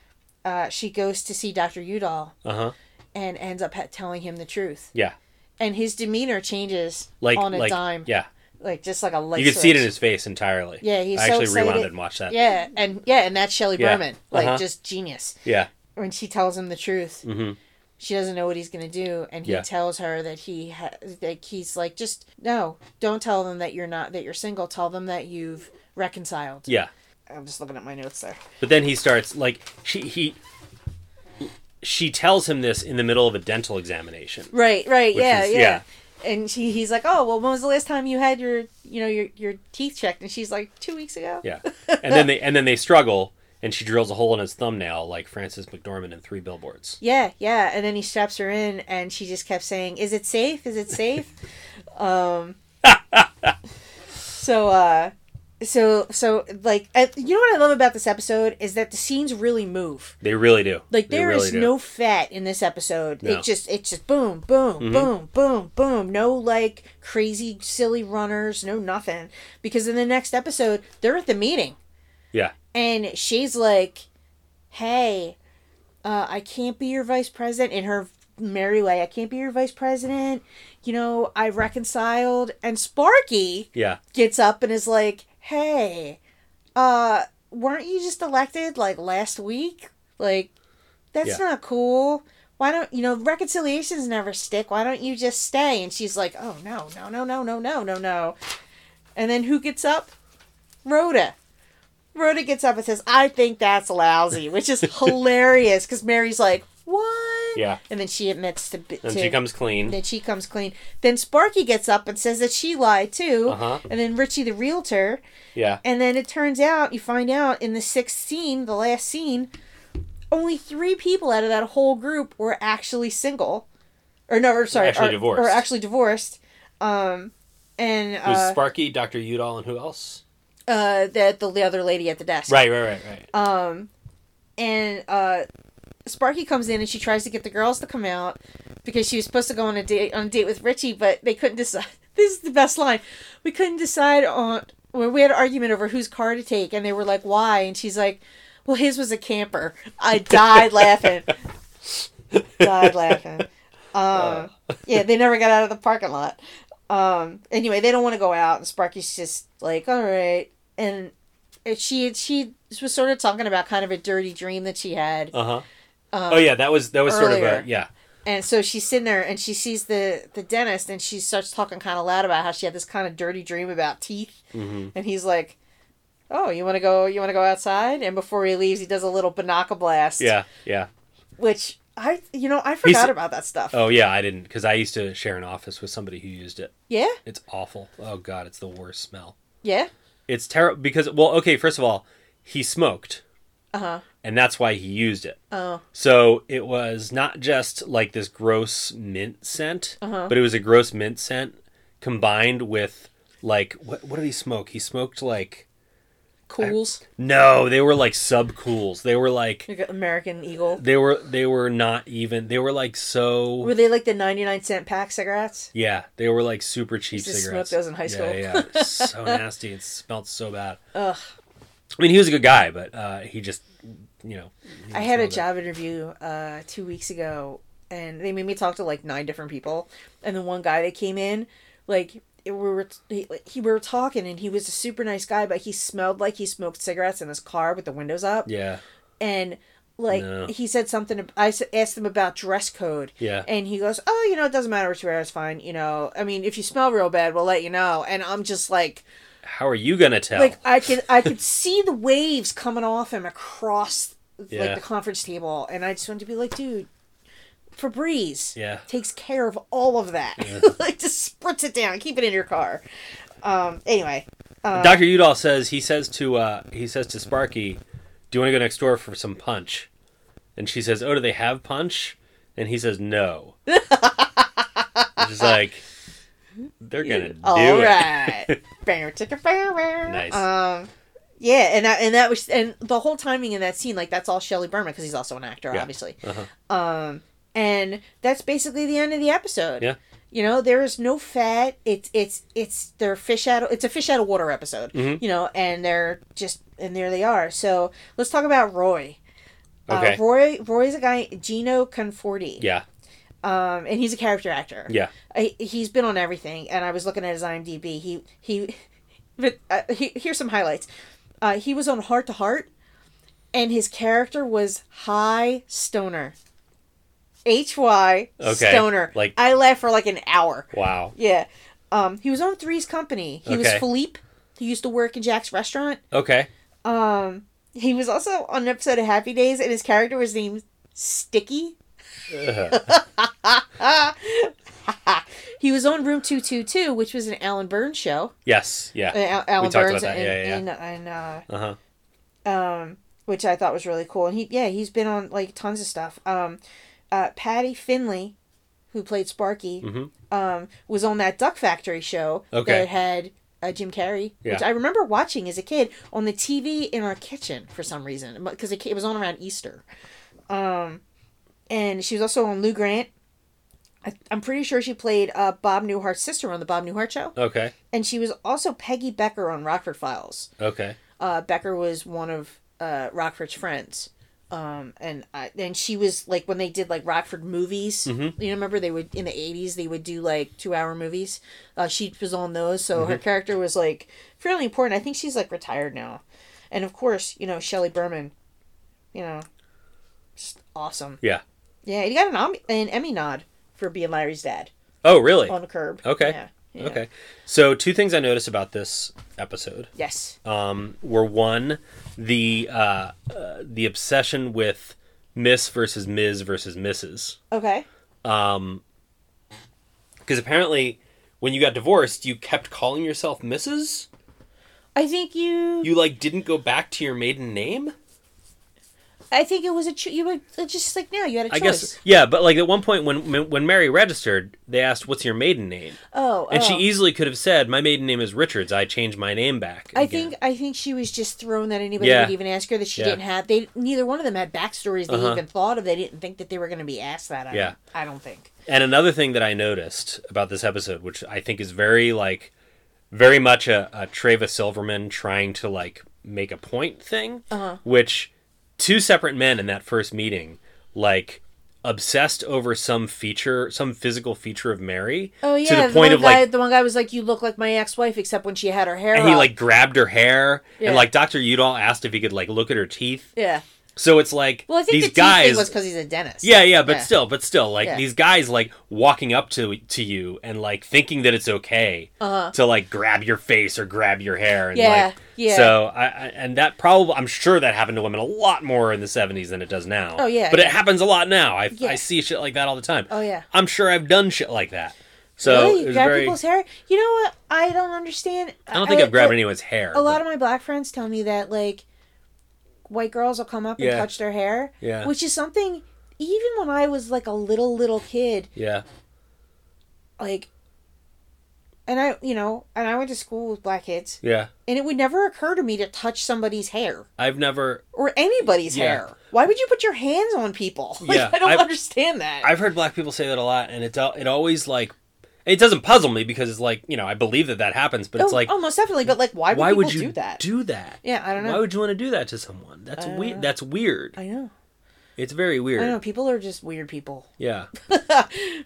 Speaker 1: uh, she goes to see Doctor Udall
Speaker 2: Uh-huh.
Speaker 1: and ends up ha- telling him the truth.
Speaker 2: Yeah.
Speaker 1: And his demeanor changes
Speaker 2: Like
Speaker 1: on a
Speaker 2: like
Speaker 1: dime,
Speaker 2: yeah.
Speaker 1: like just like a light.
Speaker 2: You could see it in
Speaker 1: switch.
Speaker 2: his face entirely.
Speaker 1: Yeah, he's
Speaker 2: I
Speaker 1: so
Speaker 2: actually
Speaker 1: excited.
Speaker 2: rewound and watched that.
Speaker 1: Yeah, and yeah, and that's Shelley
Speaker 2: Yeah.
Speaker 1: Berman, like
Speaker 2: Uh-huh.
Speaker 1: just genius.
Speaker 2: Yeah.
Speaker 1: When she tells him the truth,
Speaker 2: Mhm.
Speaker 1: she doesn't know what he's gonna do, and he
Speaker 2: Yeah.
Speaker 1: tells her that he ha- that he's like, just no, don't tell them that you're not that you're single. Tell them that you've reconciled.
Speaker 2: Yeah.
Speaker 1: I'm just looking at my notes there.
Speaker 2: But then he starts like she he she tells him this in the middle of a dental examination.
Speaker 1: Right, right,
Speaker 2: Which
Speaker 1: yeah,
Speaker 2: is-
Speaker 1: yeah,
Speaker 2: yeah.
Speaker 1: And she, he's like, oh well, when was the last time you had your you know your your teeth checked? And she's like, two weeks ago.
Speaker 2: Yeah. And then they and then they struggle and she drills a hole in his thumbnail like Francis McDormand in three billboards.
Speaker 1: Yeah, yeah. And then he straps her in, and she just kept saying, "Is it safe? Is it safe?" um. so, uh, so, so, like, I, you know what I love about this episode is that the scenes really move.
Speaker 2: They really do.
Speaker 1: Like,
Speaker 2: They
Speaker 1: there is
Speaker 2: really do.
Speaker 1: no fat in this episode.
Speaker 2: No. Mm-hmm.
Speaker 1: It just, it's just boom, boom, boom, boom, boom. No like crazy, silly runners. No nothing. Because in the next episode, they're at the meeting
Speaker 2: Yeah.
Speaker 1: and she's like, "Hey, uh, I can't be your vice president." In her merry way, I can't be your vice president. You know, I reconciled, and Sparky
Speaker 2: Yeah.
Speaker 1: gets up and is like, "Hey, uh, weren't you just elected like last week? Like, that's
Speaker 2: Yeah.
Speaker 1: not cool." Why don't you know reconciliations never stick? Why don't you just stay? And she's like, "Oh no, no, no, no, no, no, no, no." And then who gets up? Rhoda. Rhoda gets up and says, I think that's lousy, which is hilarious because Mary's like, What?
Speaker 2: Yeah.
Speaker 1: And then she admits to. to
Speaker 2: And she comes clean.
Speaker 1: then she comes clean. Then Sparky gets up and says that she lied too.
Speaker 2: Uh-huh.
Speaker 1: And then Richie, the realtor.
Speaker 2: Yeah.
Speaker 1: And then it turns out, you find out in the sixth scene, the last scene, only three people out of that whole group were actually single. Or no, or sorry,
Speaker 5: Actually
Speaker 1: are-
Speaker 5: divorced.
Speaker 1: Or actually divorced. Um, and
Speaker 2: It was
Speaker 1: uh,
Speaker 2: Sparky, Dr. Udall, and who else?
Speaker 1: uh, the, the, the other lady at the desk.
Speaker 2: Right, right, right, right.
Speaker 1: Um, and uh, Sparky comes in and she tries to get the girls to come out because she was supposed to go on a date on a date with Richie, but they couldn't decide. This is the best line. We couldn't decide on. Well, we had an argument over whose car to take, and they were like, "Why?" And she's like, "Well, his was a camper." I died laughing. died laughing. Um, yeah, they never got out of the parking lot. Um, anyway, they don't want to go out, and Sparky's just like, "All right," and and she she was sort of talking about kind of a dirty dream that she had,
Speaker 2: Uh huh. oh yeah, that was that was sort
Speaker 1: earlier.
Speaker 2: of a yeah
Speaker 1: and so she's sitting there and she sees the the dentist, and she starts talking kind of loud about how she had this kind of dirty dream about teeth,
Speaker 2: Mm-hmm.
Speaker 1: and he's like, "Oh, you want to go? You want to go outside?" And before he leaves, he does a little binocular blast,
Speaker 2: yeah yeah.
Speaker 1: which I you know I forgot
Speaker 2: He's-
Speaker 1: about that stuff.
Speaker 2: Oh yeah, I didn't because I used to share an office with somebody who used it.
Speaker 1: Yeah,
Speaker 2: It's awful. Oh god, it's the worst smell.
Speaker 1: yeah,
Speaker 2: It's terrible because well, okay, first of all, he smoked,
Speaker 1: uh huh,
Speaker 2: and that's why he used it.
Speaker 1: oh
Speaker 2: So it was not just like this gross mint scent,
Speaker 1: Uh-huh.
Speaker 2: but it was a gross mint scent combined with like what what did he smoke? He smoked like
Speaker 1: cools,
Speaker 2: no, they were like sub cools. They were like
Speaker 1: Like an American Eagle.
Speaker 2: they were they were not even. They were like so
Speaker 1: Were they like the ninety nine cent pack cigarettes?
Speaker 2: Yeah, they were like super cheap
Speaker 1: used to smoke
Speaker 2: cigarettes.
Speaker 1: those in high school.
Speaker 2: Yeah, yeah. It's so nasty. It smelled so bad.
Speaker 1: Ugh.
Speaker 2: I mean, he was a good guy, but uh, he just, you know. he
Speaker 1: I had a
Speaker 2: smelled it.
Speaker 1: job interview uh, two weeks ago, and they made me talk to like nine different people, and the one guy that came in, like it- we were he, like, he- we were talking, and he was a super nice guy, but he smelled like he smoked cigarettes in his car with the windows up,
Speaker 2: Yeah,
Speaker 1: and like
Speaker 2: No.
Speaker 1: he said something. ab- I s- asked him about dress code,
Speaker 2: yeah,
Speaker 1: and he goes, "Oh, you know, it doesn't matter what you wear, it's fine. You know, I mean, if you smell real bad, we'll let you know." And I'm just like,
Speaker 2: How are you gonna tell?
Speaker 1: like I could I could see the waves coming off him across like
Speaker 2: Yeah.
Speaker 1: the conference table, and I just wanted to be like, dude, Febreze
Speaker 2: yeah,
Speaker 1: takes care of all of that. like just spritz it down, keep it in your car. Um. Anyway,
Speaker 2: Doctor Udall says he says to uh, he says to Sparky, "Do you want to go next door for some punch?" And she says, "Oh, do they have punch?" And he says, "No." just like they're gonna do
Speaker 1: All
Speaker 2: it.
Speaker 1: right. Bang, chicka, bang, bang.
Speaker 2: Nice.
Speaker 1: Um, yeah, and that, and that was and the whole timing in that scene, like that's all Shelley Berman because he's also an actor,
Speaker 2: Yeah.
Speaker 1: obviously.
Speaker 2: Uh-huh.
Speaker 1: Um, and that's basically the end of the episode.
Speaker 2: Yeah.
Speaker 1: You know, there is no fat. It's it's it's their fish out. Of, it's a fish out of water episode.
Speaker 2: Mhm.
Speaker 1: You know, and they're just and there they are. So let's talk about Roy.
Speaker 2: Okay.
Speaker 1: Uh, Roy Roy's a guy Gino Conforti.
Speaker 2: yeah.
Speaker 1: Um, and he's a character actor.
Speaker 2: Yeah.
Speaker 1: I, he's been on everything, and I was looking at his IMDb. He he, but uh, he, here's some highlights. Uh, he was on Heart to Heart, and his character was High Stoner. H Y
Speaker 2: Okay,
Speaker 1: Stoner.
Speaker 2: like-
Speaker 1: I laughed for like an hour.
Speaker 2: Wow.
Speaker 1: Yeah. Um, he was on Three's Company. He was
Speaker 2: Okay.
Speaker 1: Philippe. He used to work in Jack's restaurant.
Speaker 2: Okay.
Speaker 1: Um, he was also on an episode of Happy Days, and his character was named Sticky.
Speaker 2: Ugh.
Speaker 1: He was on Room Two Two Two, which was an Alan Burns show.
Speaker 2: Yes. Yeah.
Speaker 1: Uh, Al- Alan
Speaker 2: talked about
Speaker 1: Burns
Speaker 2: that,
Speaker 1: and,
Speaker 2: yeah, yeah,
Speaker 1: and, and uh,
Speaker 2: Uh huh.
Speaker 1: um, which I thought was really cool. And he, yeah, he's been on like tons of stuff. Um, uh, Patty Finley, who played Sparky,
Speaker 2: Mhm.
Speaker 1: um, was on that Duck Factory show
Speaker 2: Okay.
Speaker 1: that had uh, Jim Carrey, which
Speaker 2: Yeah.
Speaker 1: I remember watching as a kid on the TV in our kitchen for some reason because it, ca- it was on around Easter. Um, and she was also on Lou Grant. I, I'm pretty sure she played uh, Bob Newhart's sister on the Bob Newhart show,
Speaker 2: Okay.
Speaker 1: and she was also Peggy Becker on Rockford Files
Speaker 2: Okay.
Speaker 1: uh, Becker was one of uh, Rockford's friends. Um, and I, and she was like when they did like Rockford movies,
Speaker 2: Mm-hmm.
Speaker 1: you remember they would in the eighties they would do like two hour movies. Uh, she was on those, so
Speaker 2: Mm-hmm.
Speaker 1: her character was like fairly important. I think she's like retired now, and of course you know Shelley Berman, you know, just awesome.
Speaker 2: Yeah.
Speaker 1: Yeah, he got an, Om- an Emmy nod for being Larry's dad
Speaker 2: Oh, really?
Speaker 1: on the curb.
Speaker 2: Okay.
Speaker 1: Yeah. Yeah.
Speaker 2: Okay. So two things I noticed about this episode
Speaker 1: Yes.
Speaker 2: um, were one, the uh, uh, the obsession with Miss versus Ms. versus Mrs.
Speaker 1: Okay.
Speaker 2: Because apparently, when you got divorced, you kept calling yourself Mrs.
Speaker 1: I think you.
Speaker 2: You like didn't go back to your maiden name.
Speaker 1: I think it was a. Cho- you were it's just like now you had a
Speaker 2: I
Speaker 1: choice.
Speaker 2: guess. Yeah, but like at one point when when Mary registered, they asked, "What's your maiden name?"
Speaker 1: Oh,
Speaker 2: And she
Speaker 1: oh.
Speaker 2: easily could have said, "My maiden name is Richards. I changed my name back."
Speaker 1: I
Speaker 2: again."
Speaker 1: think I think she was just thrown that anybody
Speaker 2: Yeah.
Speaker 1: would even ask her that she
Speaker 2: Yeah.
Speaker 1: didn't have. They neither one of them had backstories they
Speaker 2: Uh-huh.
Speaker 1: even thought of. They didn't think that they were going to be asked that. I
Speaker 2: Yeah.
Speaker 1: don't, I don't think.
Speaker 2: And another thing that I noticed about this episode, which I think is very like, very much a, a Travis Silverman trying to like make a point thing,
Speaker 1: Uh-huh.
Speaker 2: which two separate men in that first meeting, like obsessed over some feature, some physical feature of Mary,
Speaker 1: Oh yeah,
Speaker 2: to the
Speaker 1: the,
Speaker 2: point
Speaker 1: one
Speaker 2: of
Speaker 1: guy,
Speaker 2: like,
Speaker 1: the one guy was like, "You look like my ex-wife, except when she had her hair."
Speaker 2: and he
Speaker 1: up."
Speaker 2: like grabbed her hair,
Speaker 1: Yeah.
Speaker 2: and like Doctor Udall asked if he could like look at her teeth.
Speaker 1: yeah.
Speaker 2: So it's like
Speaker 1: Well, I think
Speaker 2: these
Speaker 1: the teeth
Speaker 2: guys
Speaker 1: thing was because he's a dentist.
Speaker 2: Yeah, yeah, but
Speaker 1: Yeah.
Speaker 2: still, but still, like
Speaker 1: Yeah.
Speaker 2: these guys like walking up to to you and like thinking that it's okay to like grab your face or grab your hair. And,
Speaker 1: Uh-huh. Yeah,
Speaker 2: like,
Speaker 1: yeah.
Speaker 2: So I, I and that probably I'm sure that happened to women a lot more in the '70s than it does now.
Speaker 1: Oh, yeah,
Speaker 2: but it
Speaker 1: yeah.
Speaker 2: happens a lot now. I
Speaker 1: Yeah.
Speaker 2: I see shit like that all the time.
Speaker 1: Oh, yeah.
Speaker 2: I'm sure I've done shit like that. So
Speaker 1: really?
Speaker 2: it
Speaker 1: You
Speaker 2: was
Speaker 1: grab
Speaker 2: very.
Speaker 1: people's hair. You know what? I don't understand.
Speaker 2: I don't think I, have grabbed anyone's hair.
Speaker 1: A lot
Speaker 2: but-
Speaker 1: of my black friends tell me that like white girls will come up and
Speaker 2: Yeah.
Speaker 1: touch their hair,
Speaker 2: Yeah.
Speaker 1: which is something. Even when I was like a little little kid,
Speaker 2: yeah,
Speaker 1: like and i you know and i went to school with black kids
Speaker 2: yeah.
Speaker 1: and it would never occur to me to touch somebody's hair
Speaker 2: I've never.
Speaker 1: or anybody's
Speaker 2: Yeah.
Speaker 1: hair why would you put your hands on people like,
Speaker 2: Yeah,
Speaker 1: i don't
Speaker 2: I've-
Speaker 1: understand that
Speaker 2: I've heard black people say that a lot, and it al- it always like it doesn't puzzle me because it's like you know I believe that that happens, but it's
Speaker 1: oh,
Speaker 2: like
Speaker 1: oh, most definitely but like why would,
Speaker 2: why
Speaker 1: people
Speaker 2: would you
Speaker 1: do that yeah i don't know
Speaker 2: Why would you want to do that to someone? That's
Speaker 1: I don't
Speaker 2: weird.
Speaker 1: know.
Speaker 2: That's weird.
Speaker 1: i know
Speaker 2: It's very
Speaker 1: i don't know
Speaker 2: weird.
Speaker 1: people are just weird people
Speaker 2: Yeah,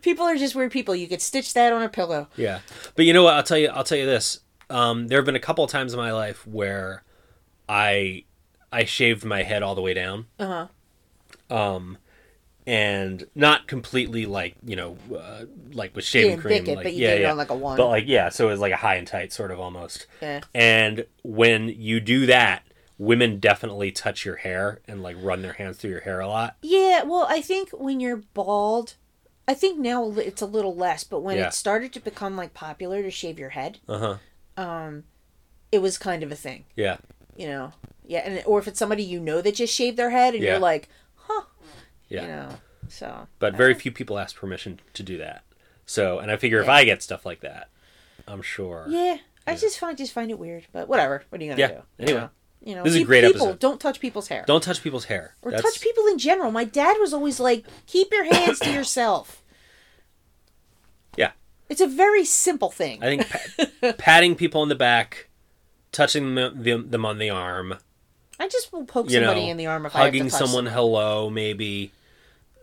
Speaker 1: people are just weird people you could stitch that on a pillow
Speaker 2: yeah. But you know what? I'll tell you. I'll tell you this. Um, there have been a couple of times in my life where I I shaved my head all the way down. Uh
Speaker 1: Uh-huh.
Speaker 2: huh. Um, and not completely like you know uh, like with shaving
Speaker 1: didn't
Speaker 2: cream.
Speaker 1: bick it,
Speaker 2: like,
Speaker 1: but you
Speaker 2: yeah,
Speaker 1: did it
Speaker 2: yeah.
Speaker 1: on, like, a one.
Speaker 2: But like yeah, so it was like a high and tight sort of almost.
Speaker 1: yeah
Speaker 2: And when you do that, women definitely touch your hair and like run their hands through your hair a lot.
Speaker 1: yeah well i think when you're bald i think now it's a little less but when
Speaker 2: Yeah.
Speaker 1: it started to become like popular to shave your head
Speaker 2: Uh huh.
Speaker 1: it was kind of a thing
Speaker 2: Yeah.
Speaker 1: you know yeah and or if it's somebody you know that just shaved their head and
Speaker 2: Yeah.
Speaker 1: you're like huh
Speaker 2: Yeah.
Speaker 1: you know so
Speaker 2: But very few people ask permission to do that.
Speaker 3: So, and I figure if I get stuff like that, I'm sure.
Speaker 1: Yeah, I just find just find it weird, but whatever. What are you gonna
Speaker 3: Yeah,
Speaker 1: do?
Speaker 3: anyway.
Speaker 1: you know,
Speaker 3: This is a
Speaker 1: keep-
Speaker 3: great
Speaker 1: people
Speaker 3: episode.
Speaker 1: don't touch people's hair
Speaker 3: Don't touch people's hair.
Speaker 1: or
Speaker 3: That's-
Speaker 1: touch people in general. My dad was always like, "Keep your hands to yourself."
Speaker 3: Yeah.
Speaker 1: It's a very simple thing.
Speaker 3: I think pat, patting people on the back, touching them, them, them on the arm,
Speaker 1: I just will poke
Speaker 3: you
Speaker 1: somebody
Speaker 3: know,
Speaker 1: in the arm if I
Speaker 3: hugging
Speaker 1: have to touch
Speaker 3: someone hello maybe,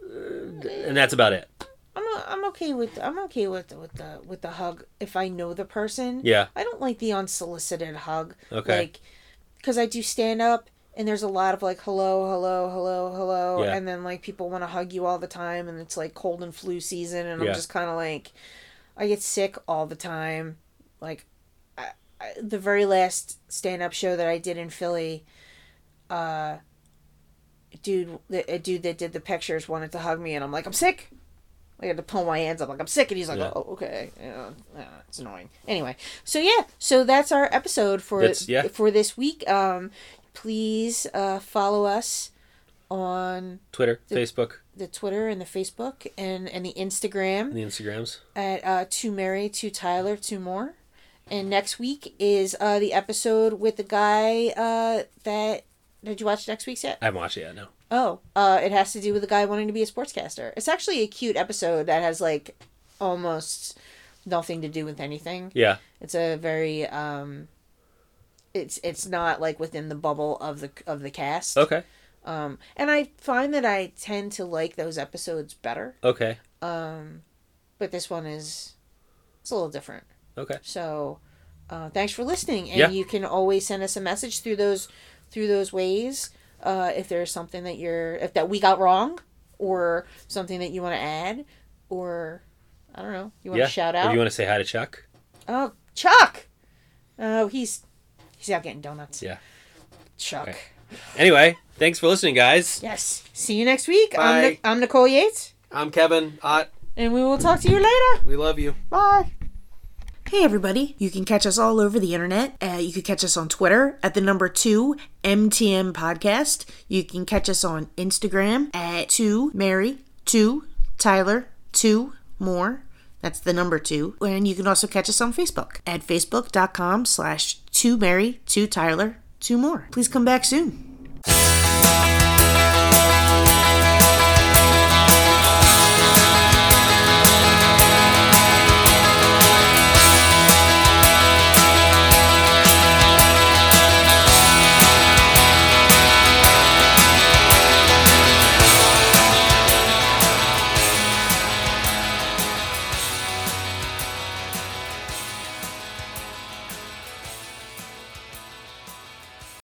Speaker 3: Uh, and that's about it.
Speaker 1: I'm o- I'm okay with I'm okay with with the with the hug if I know the person.
Speaker 3: Yeah.
Speaker 1: I don't like the unsolicited hug.
Speaker 3: Okay.
Speaker 1: Like, because I do stand up and there's a lot of like hello hello hello hello
Speaker 3: Yeah.
Speaker 1: and then like people want to hug you all the time and it's like cold and flu season and
Speaker 3: Yeah.
Speaker 1: I'm just kind of like I get sick all the time. Like I, I, the very last stand up show that I did in Philly. Uh, dude, the, a dude that did the pictures wanted to hug me, and I'm like, I'm sick. I had to pull my hands up, like I'm sick, and he's like,
Speaker 3: Yeah.
Speaker 1: Oh, okay. Yeah, yeah, it's annoying. Anyway, so yeah, so that's our episode for
Speaker 3: That's- yeah.
Speaker 1: for this week. Um, please uh, follow us on
Speaker 3: Twitter, Facebook,
Speaker 1: the Twitter and the Facebook and and the Instagram
Speaker 3: and the Instagrams.
Speaker 1: at uh, to Mary, to Tyler, to more. And next week is uh, the episode with the guy uh, that. Did you watch next week's yet?
Speaker 3: I haven't watched it yet. No.
Speaker 1: Oh, uh, it has to do with a guy wanting to be a sportscaster. It's actually a cute episode that has like almost nothing to do with anything.
Speaker 3: Yeah.
Speaker 1: It's a very um, it's it's not like within the bubble of the of the cast.
Speaker 3: Okay.
Speaker 1: Um, and I find that I tend to like those episodes better,
Speaker 3: Okay.
Speaker 1: but this one is it's a little different.
Speaker 3: Okay.
Speaker 1: So, uh, thanks for listening, and
Speaker 3: Yeah.
Speaker 1: you can always send us a message through those through those ways. Uh, if there's something that you're if that we got wrong, or something that you want to add, or I don't know, you want
Speaker 3: yeah.
Speaker 1: to shout
Speaker 3: Or
Speaker 1: out.
Speaker 3: you want to say hi to Chuck?
Speaker 1: oh, Chuck! Oh, he's he's out getting donuts.
Speaker 3: Yeah.
Speaker 1: Chuck.
Speaker 3: Okay. Anyway, thanks for listening, guys.
Speaker 1: Yes. See you next week. I'm,
Speaker 2: Bye.
Speaker 1: Nic- I'm Nicole Yates,
Speaker 2: I'm Kevin Ott.
Speaker 1: and we will talk to you later.
Speaker 2: We love you.
Speaker 1: Bye. Hey, everybody. You can catch us all over the internet. Uh, you can catch us on Twitter at the number two MTM podcast. You can catch us on Instagram at two Mary, two Tyler, two more. That's the number two. And you can also catch us on Facebook at facebook.com slash two Mary, two Tyler, two more. Please come back soon.